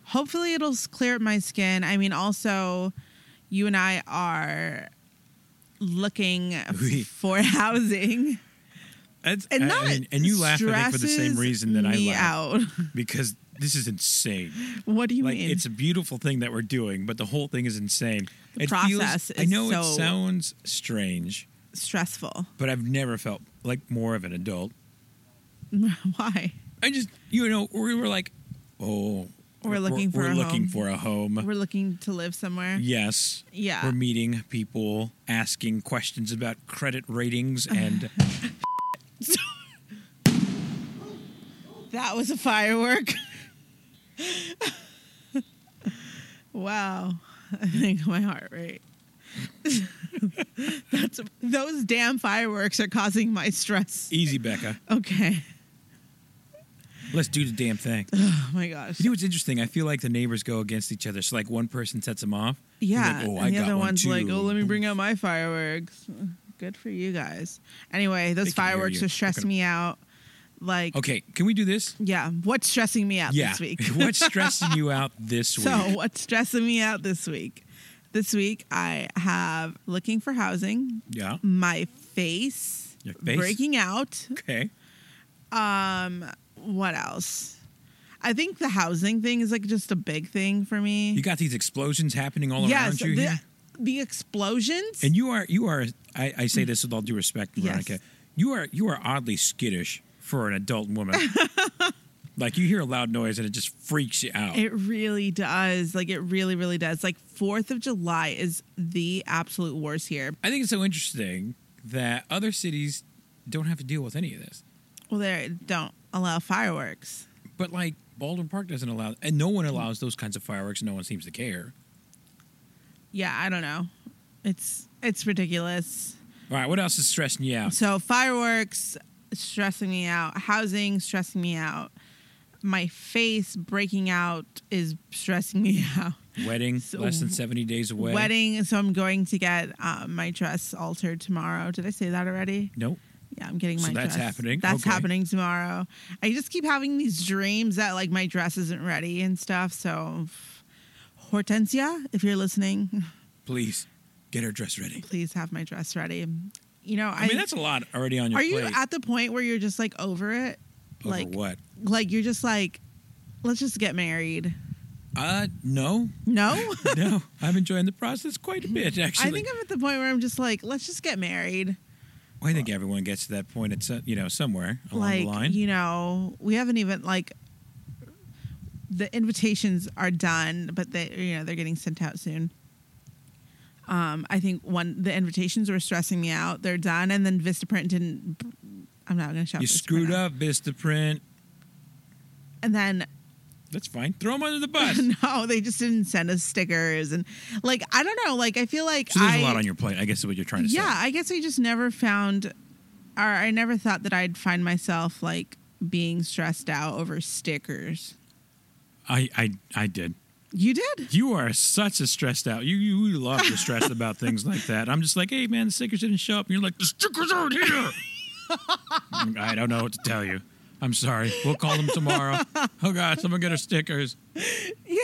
hopefully it'll s- clear up my skin i mean also you and i are looking f- We- for housing That's- and I- I not mean, and you laugh I think for the same stresses reason that I me laugh out because this is insane. what do you like mean it's a beautiful thing that we're doing, but the whole thing is insane. The It process I is know it so- sounds strange, stressful but I've never felt like more of an adult. why I just, you know, we were like, oh, We're looking for we're a looking home. for a home. we're looking to live somewhere yes, Yeah. we're meeting people, asking questions about credit ratings, and that was a firework wow i think my heart rate that's those damn fireworks are causing my stress easy, Becca, okay let's do the damn thing. oh my gosh You know what's interesting? I feel like the neighbors go against each other. So like one person sets them off. He's yeah like, oh, and I the got other one one's like too." oh let me bring out my fireworks Good for you guys. Anyway, those They can hear fireworks you. are stressing me out. Like, Okay, can we do this? yeah, what's stressing me out yeah. this week? What's stressing you out this week? So, what's stressing me out this week? This week, I have looking for housing, yeah. my face, Your face? breaking out. Okay. What else? I think the housing thing is like just a big thing for me. You got these explosions happening all yes, around you the, here. the explosions. And you are you are I, I say this with all due respect, Yes. Veronica. You are you are oddly skittish for an adult woman. like you hear a loud noise and it just freaks you out. It really does. Like it really, really does. Like Fourth of July is the absolute worst here. I think it's so interesting that other cities don't have to deal with any of this. Well, they don't allow fireworks. But like Baldwin Park doesn't allow and no one allows those kinds of fireworks and no one seems to care. Yeah, I don't know. It's it's ridiculous. All right, what else is stressing you out? So fireworks stressing me out. Housing stressing me out. My face breaking out is stressing me out. Wedding So- less than 70 days away. Wedding. So I'm going to get uh, my dress altered tomorrow. Did I say that already? Nope. Yeah, I'm getting So my that's dress. happening. That's Okay. happening tomorrow. I just keep having these dreams that like my dress isn't ready and stuff. So, Hortensia, if you're listening, Please get her dress ready. please have my dress ready. You know, I, mean, that's a lot already on your are you plate. at the point where you're just like over it? over like, what? like you're just like, let's just get married. Uh, no, No, no. I'm enjoying the process quite a bit, actually. I think I'm at the point where I'm just like, let's just get married. Well, I think everyone gets to that point. It's uh, you know somewhere along like the line. you know we haven't even like the invitations are done but they you know they're getting sent out soon um i think one the invitations were stressing me out they're done and then vistaprint didn't i'm not gonna shout You Vistaprint screwed out. up, Vistaprint. and then That's fine. Throw them under the bus. no they just didn't send us stickers and like i don't know like i feel like So there's I, a lot on your plate. I guess is what you're trying to yeah i guess i just never found or i never thought that i'd find myself like being stressed out over stickers say. I, I I did. you did You are such a stressed out. You you love to stress about things like that. I'm just like, hey man, the stickers didn't show up. And you're like, the stickers aren't here. I'm like, I don't know what to tell you. I'm sorry. We'll call them tomorrow. oh God, someone get our stickers. Yeah.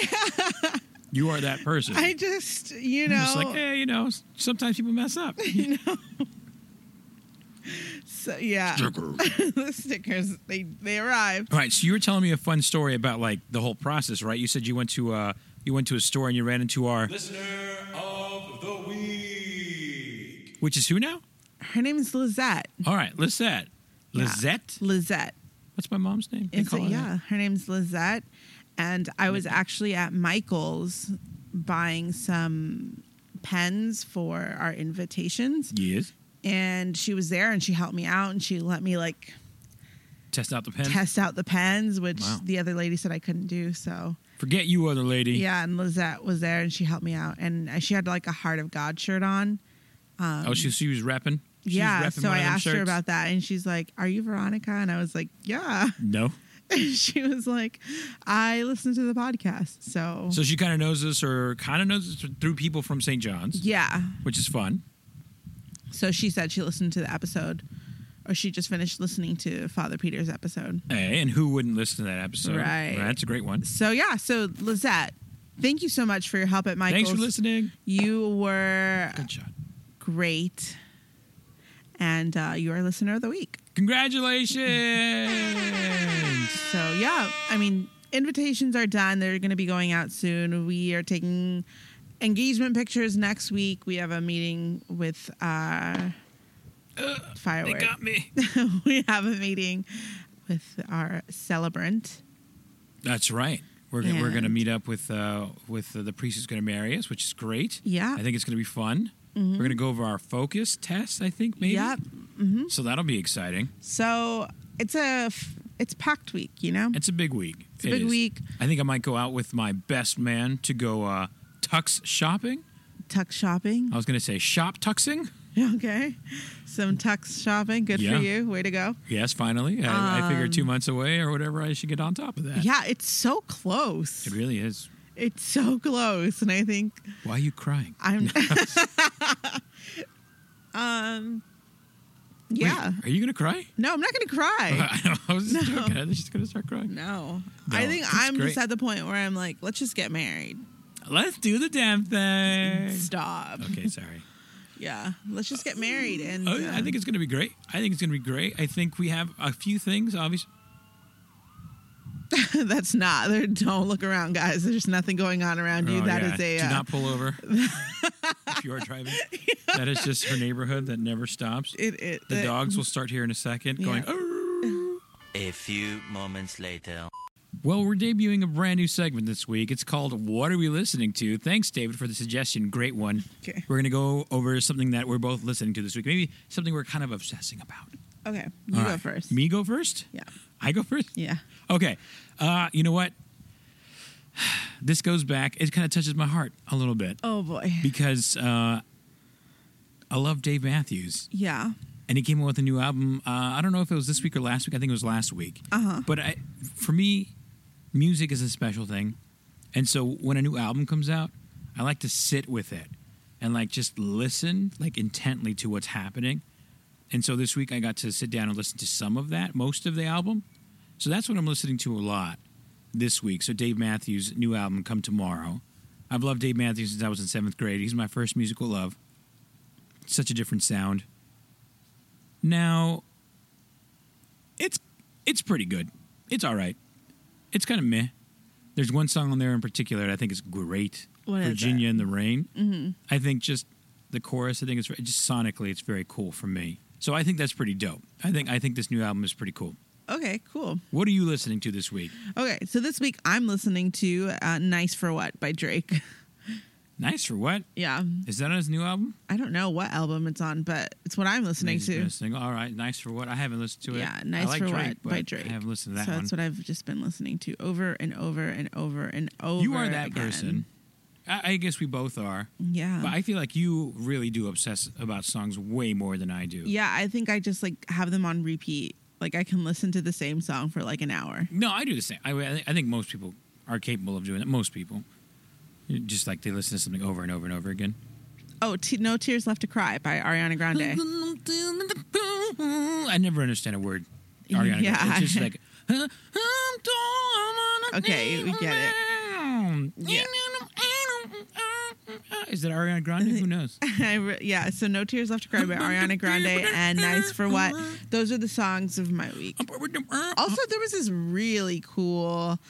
You are that person. I just, you know, I'm just like, "Eh, hey, you know, s- sometimes people mess up. so, yeah, Stickers. the stickers they they arrived. All right, so you were telling me a fun story about like the whole process, right? You said you went to uh you went to a store and you ran into our Listener of the Week. which is who now? Her name is Lizette. All right, Lisette. Yeah. Lizette? Lizette. What's my mom's name? They Is call it, her that. Mm-hmm. yeah, her name's Lizette, and I was actually at Michael's buying some pens for our invitations, Yes. and she was there and she helped me out and she let me like Test out the pen. test out the pens, which Wow. the other lady said I couldn't do. So Forget you, other lady. yeah, and Lizette was there and she helped me out, and she had like a Heart of God shirt on. oh, she, she was rapping. She yeah, Was repping so one I of them asked her shirts? about that, and she's like, "Are you Veronica?" And I was like, "Yeah." No. And she was like, "I listen to the podcast, so, So she kind of knows us, or kind of knows us through people from St. John's, yeah." which is fun. So she said she listened to the episode, or she just finished listening to Father Peter's episode. Hey, and who wouldn't listen to that episode? Right. That's a great one. So yeah, so Lizette, thank you so much for your help at Michael's. Uh. Thanks for listening. You were Good shot. great, and uh, you are listener of the week. Congratulations. So yeah, I mean, invitations are done. They're going to be going out soon. We are taking engagement pictures next week. We have a meeting with uh, they firework. got me. we have a meeting with our celebrant. That's right. We're, gonna we're going to And- meet up with uh, with uh, the priest who's going to marry us, which is great. Yeah. Mm-hmm. I think it's going to be fun. We're going to go over our focus test, I think, maybe. Yep. So that'll be exciting. So it's a f- it's packed week, you know. It's a big week. It's a big week. I think I might go out with my best man to go uh, tux shopping. Tuck shopping. I was going to say shop tuxing. Okay. Some tux shopping. Good Oh. Yeah. for you. Way to go. Yes, finally. I, I figured two months away or whatever, I should get on top of that. Um, Yeah, it's so close. It really is. It's so close, and I think Why are you crying? I'm. um, Yeah. Wait, are you gonna cry? No, I'm not going to cry. I was just No. joking. I was just gonna start crying. no. No, I think it's I'm great. just at the point where I'm like, let's just get married. Let's do the damn thing. Stop. Okay, sorry. Yeah. Let's just get married. And Oh, yeah, I uh, think it's going to be great. I think it's going to be great. I think we have a few things. Obviously, that's not. There, don't look around, guys. There's nothing going on around you. That is a. Oh, do uh, not pull over if you are driving. That is just her neighborhood that never stops. it, it, the it- dogs will start here in a second, Yeah. going. "Arr." A few moments later. Well, we're debuting a brand new segment this week. It's called "What Are We Listening To?" Thanks, David, for the suggestion. Great one. Okay. We're going to go over something that we're both listening to this week. Maybe something we're kind of obsessing about. Okay. You All go right. first. Me go first. Yeah. I go first. Yeah. Okay. Uh, you know what? This goes back. It kind of touches my heart a little bit Oh, boy. because uh, I love Dave Matthews, yeah. and he came out with a new album. Uh, I don't know if it was this week or last week. I think it was last week. Uh-huh. But I, for me, music is a special thing, and so when a new album comes out, I like to sit with it and like just listen like intently to what's happening. And so this week I got to sit down and listen to some of that, most of the album. So that's what I'm listening to a lot this week. So Dave Matthews' new album come tomorrow. I've loved Dave Matthews since I was in seventh grade. He's my first musical love. Such a different sound. Now, it's it's pretty good. It's all right. It's kind of meh. There's one song on there in particular that I think is great. What is Virginia in the Rain. Mm-hmm. I think just the chorus. I think it's just sonically, it's very cool for me. So I think that's pretty dope. I think I think this new album is pretty cool. Okay, cool. What are you listening to this week? Okay, so this week I'm listening to uh, Nice for What by Drake. Nice for what? yeah. Is that on his new album? I don't know what album it's on, but it's what I'm listening He's to. gonna sing- All right, nice for what? I haven't listened to it. Yeah, I Nice like for Drake, What by but Drake. I haven't listened to that so one. that's what I've just been listening to over and over and over and over. you are that again. person. I, I guess we both are. Yeah. But I feel like you really do obsess about songs way more than I do. yeah, I think I just like have them on repeat. Like I can listen to the same song for like an hour. No, I do the same. I, I I think most people are capable of doing that. Most people. Just like they listen to something over and over and over again. Oh, T- No Tears Left to Cry by Ariana Grande. I never understand a word. Ariana Yeah. Grande. It's just like. Okay, Okay, we get it. Yeah. Is that Ariana Grande? Who knows? I re- yeah, so No Tears Left to Cry by Ariana Grande and Nice for What. Those are the songs of my week. Also, there was this really cool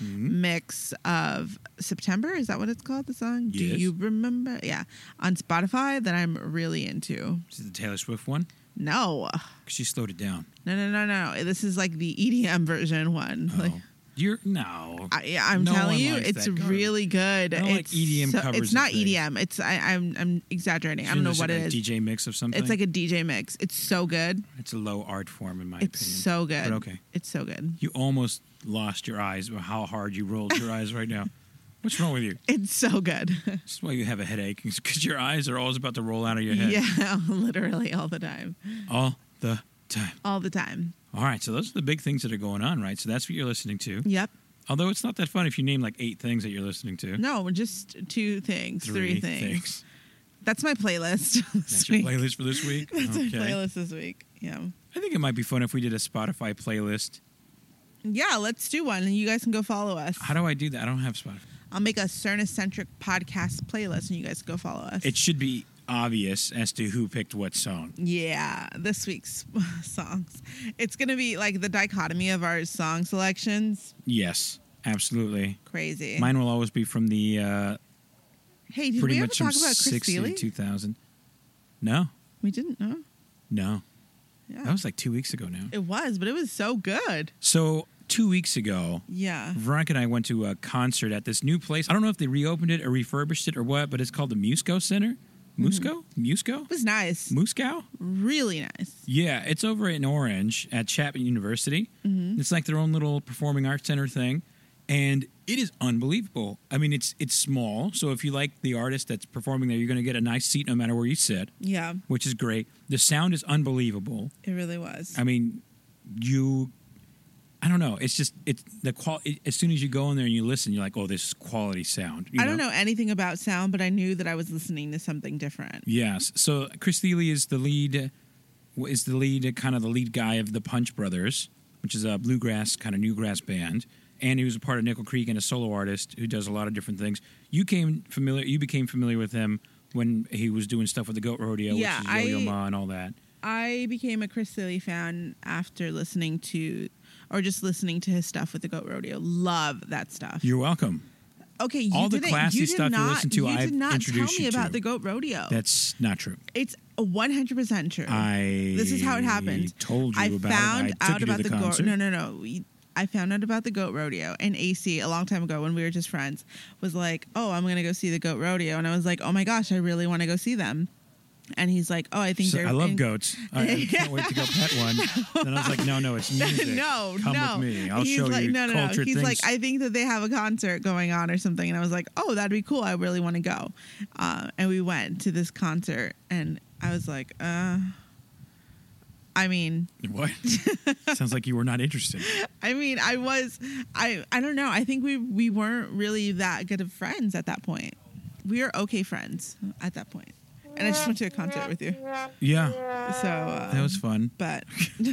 Mm-hmm. mix of September. Is that what it's called? The song? Do Yes. you remember? Yeah, on Spotify that I'm really into. Is it the Taylor Swift one? No, 'Cause she slowed it down. no, no, no, no. This is like the EDM version one. Like, Oh. You're no. I, yeah, I'm No telling one you, likes it's that garbage. really good. I don't like it's EDM E covers It's of not things. EDM. It's I, I'm I'm exaggerating. I don't Isn't know this what like it is. DJ mix of something. It's like a DJ mix. It's so good. it's a low art form in my It's opinion. so good. But okay. It's so good. You almost lost your eyes. with How hard you rolled your eyes right now. What's wrong with you? It's so good. This is why you have a headache. Because your eyes are always about to roll out of your head. yeah, literally all the time. All the time. All the time. All right. So those are the big things that are going on, right? So that's what you're listening to. Yep. Although it's not that fun if you name like eight things that you're listening to. No, just two things, three, things. That's my playlist. That's this your week. playlist for this week. That's okay. my playlist this week. Yeah. I think it might be fun if we did a Spotify playlist. Yeah, let's do one and you guys can go follow us. How do I do that? I don't have Spotify. I'll make a Cernacentric podcast playlist and you guys go follow us. It should be obvious as to who picked what song. yeah, this week's songs. It's going to be like the dichotomy of our song selections. Yes, absolutely. Crazy. Mine will always be from the uh, hey, did pretty we ever much from talk about Chris 60 to Seeley? 2000. No, We didn't, no? no. Yeah. That was like two weeks ago now. It was, but it was so good. So, two weeks ago, Yeah. Veronica and I went to a concert at this new place. I don't know if they reopened it or refurbished it or what, but it's called the Musco Center. Musco? Musco? It was nice. Musco? Really nice. Yeah, it's over in Orange at Chapman University. It's like their own little performing arts center thing, and it is unbelievable. I mean, it's it's small, so if you like the artist that's performing there, you're going to get a nice seat no matter where you sit, Yeah, which is great. The sound is unbelievable. it really was. I mean, you, I don't know. It's just it's the qual. It, as soon as you go in there and you listen, you're like, oh, this is quality sound. you I don't know anything about sound, but I knew that I was listening to something different. Yes. So Chris Thiele is the lead is the lead kind of the lead guy of the Punch Brothers, which is a bluegrass kind of newgrass band, and he was a part of Nickel Creek and a solo artist who does a lot of different things. You came familiar, you became familiar with him when he was doing stuff with the Goat Rodeo, Yeah, which is Yo Yo I- Ma and all that. I became a Chris Silly fan after listening to, or just listening to his stuff with the Goat Rodeo. Love that stuff. You're welcome. okay, you all the didn't- classy you did stuff you not, listen to, You I've did not introduced tell me you about to. the Goat Rodeo. That's not true. It's one hundred percent true. I this is how it happened. Told you I about found it. I took out you about to the, the, goat. concert. No, no, no. We- I found out about the goat rodeo, and AC a long time ago when we were just friends was like, "Oh, I'm gonna go see the goat rodeo," and I was like, "Oh my gosh, I really want to go see them." And he's like, "Oh, I think So- they're." I love in- goats. I, I can't wait to go pet one. Then I was like, no, no, it's music. no, Come no. with me. I'll He's show like, you no, no, no. culture He's things. like, I think that they have a concert going on or something, and I was like, oh, that'd be cool. I really want to go. Uh, and we went to this concert, and I was like, uh, I mean, what? Sounds like you were not interested. I mean, I was, I, I don't know. I think we we weren't really that good of friends at that point. We were okay friends at that point, and I just went to a concert with you. Yeah, So uh, that was fun. but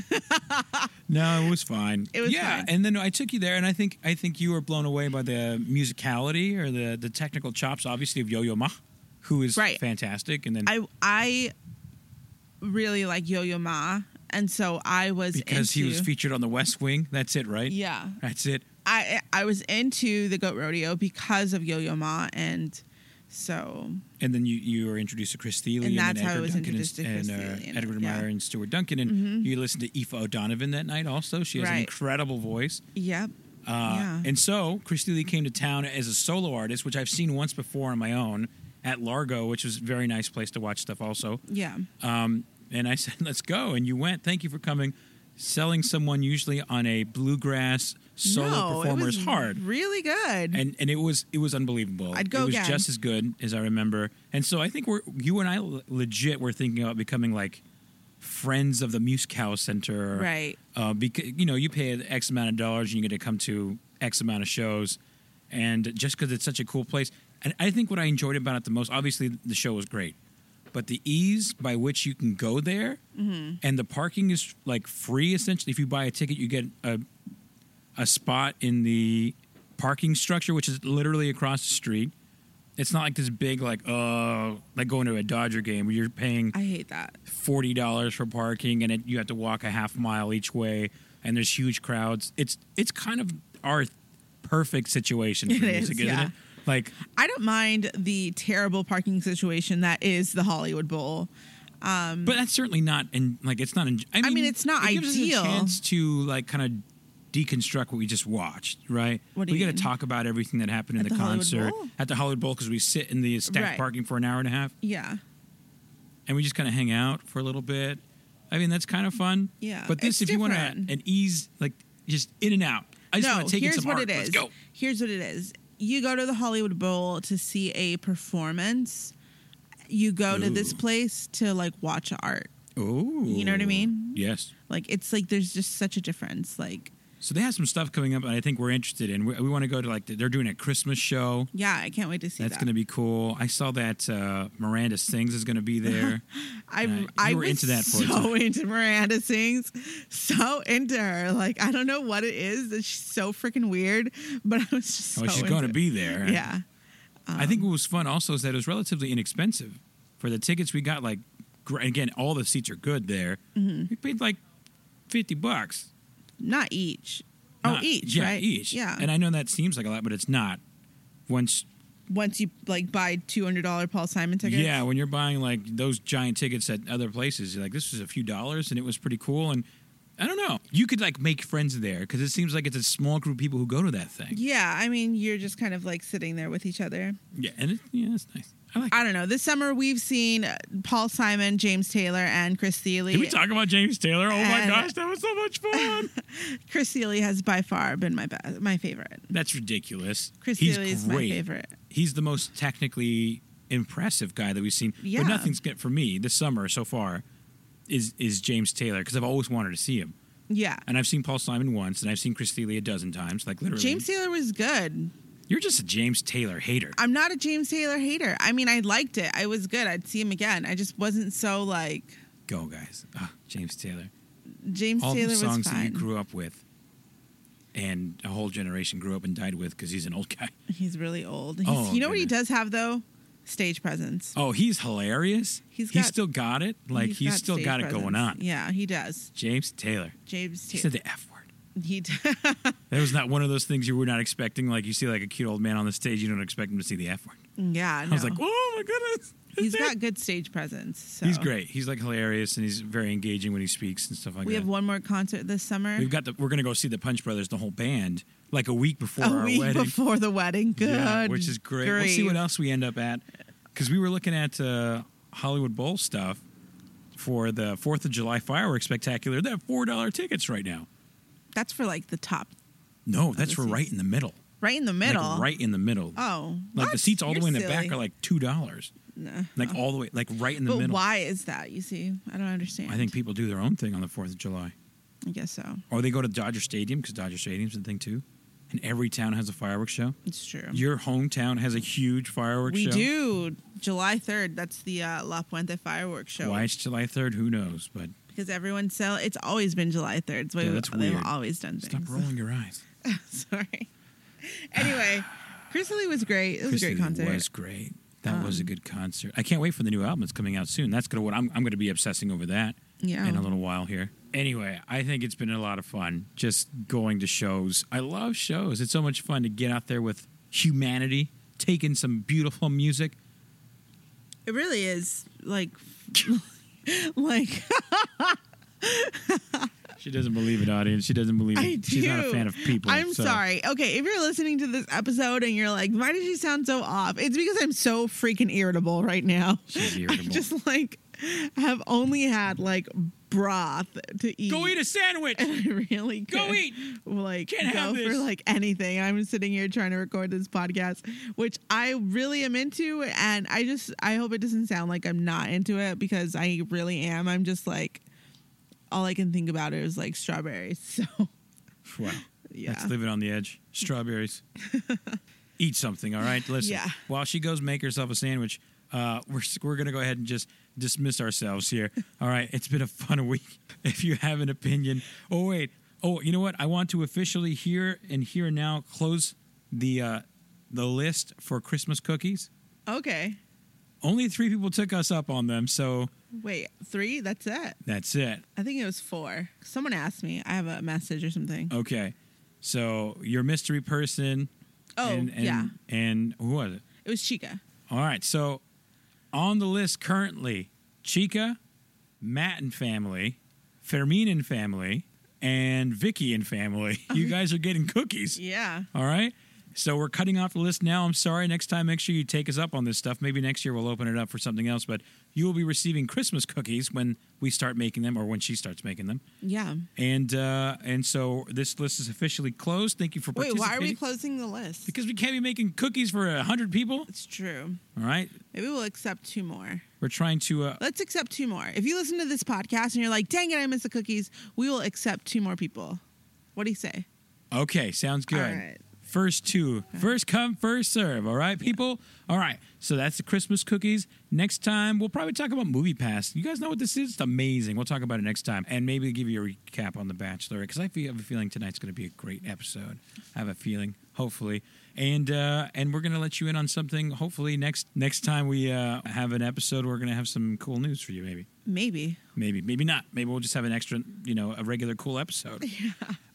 No, it was fine. It was yeah, fine. and then I took you there, and I think I think you were blown away by the musicality or the the technical chops, obviously of Yo Yo Ma, who is Right. fantastic. And then I I really like Yo Yo Ma, and so I was because into, he was featured on The West Wing, that's it, right? yeah. that's it. I I was into the Goat Rodeo because of Yo Yo Ma, and so And then you, you were introduced to Chris Thiele, And and, that's then how I Edgar was Duncan and, introduced to Chris and, Thiele, uh, and- Edward yeah. Mm-hmm. Meyer and Stuart Duncan, and you listened to Aoife O'Donovan that night. Also, she has an Right. incredible voice. yep, Uh, Yeah. And so Chris Thiele came to town as a solo artist, which I've seen once before on my own at Largo, which was a very nice place to watch stuff. Also, yeah. um, and I said, "Let's go." And you went. Thank you for coming. Selling someone usually on a bluegrass solo no, it performer was is hard Really good. and and it was it was unbelievable. I'd go It was again. just as good as I remember. And so I think we're you and I le- legit were thinking about becoming like friends of the Muse Cow Center, Right. Uh, because you know you pay X amount of dollars and you get to come to X amount of shows, and just because it's such a cool place. And I think what I enjoyed about it the most, obviously the show was great, but the ease by which you can go there, and the parking is like free essentially. If you buy a ticket, you get a a spot in the parking structure, which is literally across the street. It's not like this big, like uh, like going to a Dodger game where you're paying I hate that. forty dollars for parking and it, you have to walk a half mile each way, and there's huge crowds. It's it's kind of our perfect situation for It is, music, isn't yeah. it? Like I don't mind the terrible parking situation that is the Hollywood Bowl. But that's certainly not, and like it's not. In, I, mean, Um, mean, it's not it gives ideal. Us a chance to like kind of deconstruct what we just watched, right? What do we you got mean? to talk about everything that happened in At the, the Hollywood concert Bowl? at the Hollywood Bowl because we sit in the stacked Right. parking for an hour and a half, Yeah. and we just kind of hang out for a little bit. I mean, that's kind of fun. Yeah, But this, it's if you want to different. an ease, like just in and out. I just no, want to take here's in some what art. it Let's is. go. Here's what it is. You go to the Hollywood Bowl to see a performance. You go to this Ooh. place to like watch art. Oh, You know what I mean? Yes. Like it's like there's just such a difference. Like So they have some stuff coming up, and I think we're interested in. We, we want to go to like they're doing a Christmas show. yeah, I can't wait to see That's that. going to be cool. I saw that uh, Miranda Sings is going to be there. I Yeah, you I were was into that for a so into Miranda sings, so into her. Like I don't know what it is that she's so freaking weird, but I was just. oh, so she's going to into be there. it. Yeah, um, I think what was fun also is that it was relatively inexpensive for the tickets we got. Like, gr- again, all the seats are good there. Mm-hmm. We paid like fifty bucks. not each. Oh, Not- each, yeah, right? each. Yeah. And I know that seems like a lot, but it's not. Once, Once you like buy two hundred dollar Paul Simon tickets. yeah, when you're buying like those giant tickets at other places, you're like, this was a few dollars, and it was pretty cool. And I don't know, you could like make friends there because it seems like it's a small group of people who go to that thing. Yeah, I mean, you're just kind of like sitting there with each other. Yeah, and it, yeah, it's nice. I like. I don't know. This summer, we've seen uh, Paul Simon, James Taylor, and Chris Thiele. Did we talk about James Taylor? Oh my And- gosh, that was so much fun. Chris Thiele has by far been my best, my favorite. That's ridiculous. Chris He's Thiele great. is my favorite. He's the most technically impressive guy that we've seen. Yeah. But nothing's good for me this summer so far is is James Taylor because I've always wanted to see him. Yeah, And I've seen Paul Simon once, and I've seen Chris Thiele a dozen times. Like literally, James Taylor was good. You're just a James Taylor hater. I'm not a James Taylor hater. I mean, I liked it. I was good. I'd see him again. I just wasn't so like Go, guys. Ah, James Taylor. James All Taylor the songs was that you fine. grew up with and a whole generation grew up and died with because he's an old guy. He's really old. He's, Oh, you know what he goodness. does have though? Stage presence. Oh, he's hilarious. He's He's got- still got it. Like, he's, still stage got it presence. going on. Yeah, he does. James Taylor. James He said Taylor. the F word. He d- That was not one of those things you were not expecting. Like, you see, like, a cute old man on the stage, you don't expect him to see the F word. yeah, I was no. like, oh, my goodness. he's got good stage presence. So. He's great. He's like hilarious, and he's very engaging when he speaks and stuff like We that. have one more concert this summer. We've got the. We're gonna go see the Punch Brothers, the whole band, like a week before a our week wedding. before the wedding. Good, Yeah, which is great. We'll see grief. what else we end up at, because we were looking at uh, Hollywood Bowl stuff for the Fourth of July fireworks spectacular. They have four dollar tickets right now. That's for like the top, No, that's for Oh, this right is- in the middle. right in the Like, middle. right in the middle. Oh, like the what? seats all the You're way in the silly. back are like two dollars. Like all the way, like right in the But middle. why is that? You see, I don't understand. I think people do their own thing on the Fourth of July. I guess so. Or they go to Dodger Stadium because Dodger Stadium's a thing too, and every town has a fireworks show. It's true. Your hometown has a huge fireworks Um, show. we do July third. That's the uh, La Puente fireworks show. Why it's July third? Who knows? But Because everyone sell. It's always been July third. It's why Yeah, we- that's they've weird. always done stop things. rolling your eyes. Sorry. Anyway, Chris Lee was great. It was a great Christy, concert. Um, It was great. That was a good concert. I can't wait for the new album that's coming out soon. That's gonna what I'm I'm gonna be obsessing over that. Yeah. In a little while here. Anyway, I think it's been a lot of fun just going to shows. I love shows. It's so much fun to get out there with humanity, taking some beautiful music. It really is like, like She doesn't believe it, audience. She doesn't believe it. I do. She's not a fan of people. I'm so- sorry. Okay, if you're listening to this episode and you're like, why does she sound so off? It's because I'm so freaking irritable right now. She's I irritable. just like have only had like broth to eat. Go eat a sandwich. I really Go could, eat. Like Can't go have for this. like anything. I'm sitting here trying to record this podcast, which I really am into, and I just I hope it doesn't sound like I'm not into it because I really am. I'm just like all I can think about is like strawberries. So Wow. Yeah. Let's live it on the edge. Strawberries. Eat something, all right? Listen, Yeah. while she goes make herself a sandwich, uh, we're, we're going to go ahead and just dismiss ourselves here. All right. It's been a fun week. If you have an opinion. Oh, wait. Oh, you know what? I want to officially here and here and now close the uh, the list for Christmas cookies. okay, Only three people took us up on them, so wait, three? That's it. that's it. I think it was four. Someone asked me. I have a message or something. Okay. So your mystery person. Oh, and, and, yeah. And who was it? It was Chica. All right. So on the list currently, Chica, Matt and family, Fermin and family, and Vicky and family. You guys are getting cookies. Yeah. All right. So we're cutting off the list now. I'm sorry. Next time, make sure you take us up on this stuff. Maybe next year we'll open it up for something else, but you will be receiving Christmas cookies when we start making them or when she starts making them. Yeah. And uh, and so this list is officially closed. Thank you for Wait, participating. why are we closing the list? Because we can't be making cookies for a hundred people. it's true. All right. Maybe we'll accept two more. We're trying to. Uh, Let's accept two more. If you listen to this podcast and you're like, dang it, I miss the cookies, we will accept two more people. What do you say? okay, sounds good. All right. First two, first come, first serve. All right, people. All right. So that's the Christmas cookies. Next time, we'll probably talk about Movie Pass. You guys know what this is? It's amazing. We'll talk about it next time, and maybe give you a recap on The Bachelor because I feel, have a feeling tonight's going to be a great episode. I have a feeling, hopefully, and uh, and we're going to let you in on something. Hopefully, next next time we uh, have an episode, we're going to have some cool news for you, maybe. Maybe. Maybe, maybe not. Maybe we'll just have an extra, you know, a regular cool episode.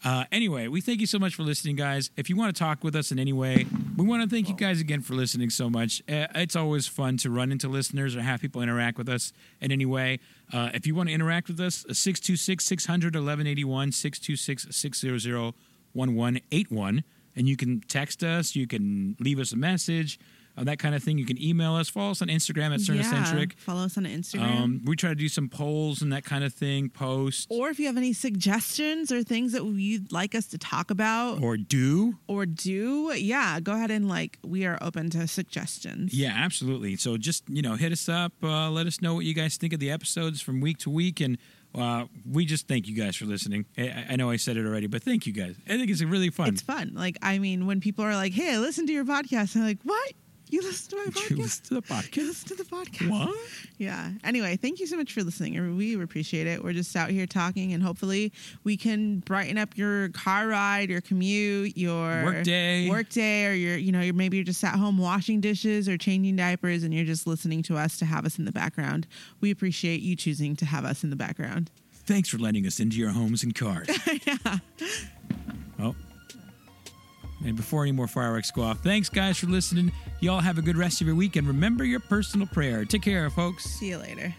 Uh, anyway, we thank you so much for listening, guys. If you want to talk with us in any way, we want to thank you guys again for listening so much. Uh, it's always fun to run into listeners or have people interact with us in any way. Uh, if you want to interact with us, uh, 626 600 1181, 626 600 1181. And you can text us, you can leave us a message, uh, that kind of thing. You can email us, follow us on Instagram at Cernocentric. Follow us on Instagram. Um, we try to do some polls and that kind of thing, posts or if you have any suggestions or things that you'd like us to talk about or do. or do, yeah, go ahead and like, we are open to suggestions. Yeah, absolutely. So just you know, hit us up. Uh, let us know what you guys think of the episodes from week to week, and uh, we just thank you guys for listening. I, I know I said it already, but thank you guys. I think it's really fun. It's fun. Like, I mean, when people are like, hey, I listen to your podcast, and I'm like, what? You listen to my You podcast? listen to the You podcast. listen to the podcast? What? Yeah. Anyway, thank you so much for listening. We appreciate it. We're just out here talking, and hopefully, we can brighten up your car ride, your commute, your Work day. work day, or your you know, your, maybe you're just at home washing dishes or changing diapers, and you're just listening to us to have us in the background. We appreciate you choosing to have us in the background. Thanks for letting us into your homes and cars. Oh. And before any more fireworks go off, thanks guys for listening. Y'all have a good rest of your week and remember your personal prayer. Take care, folks. See you later.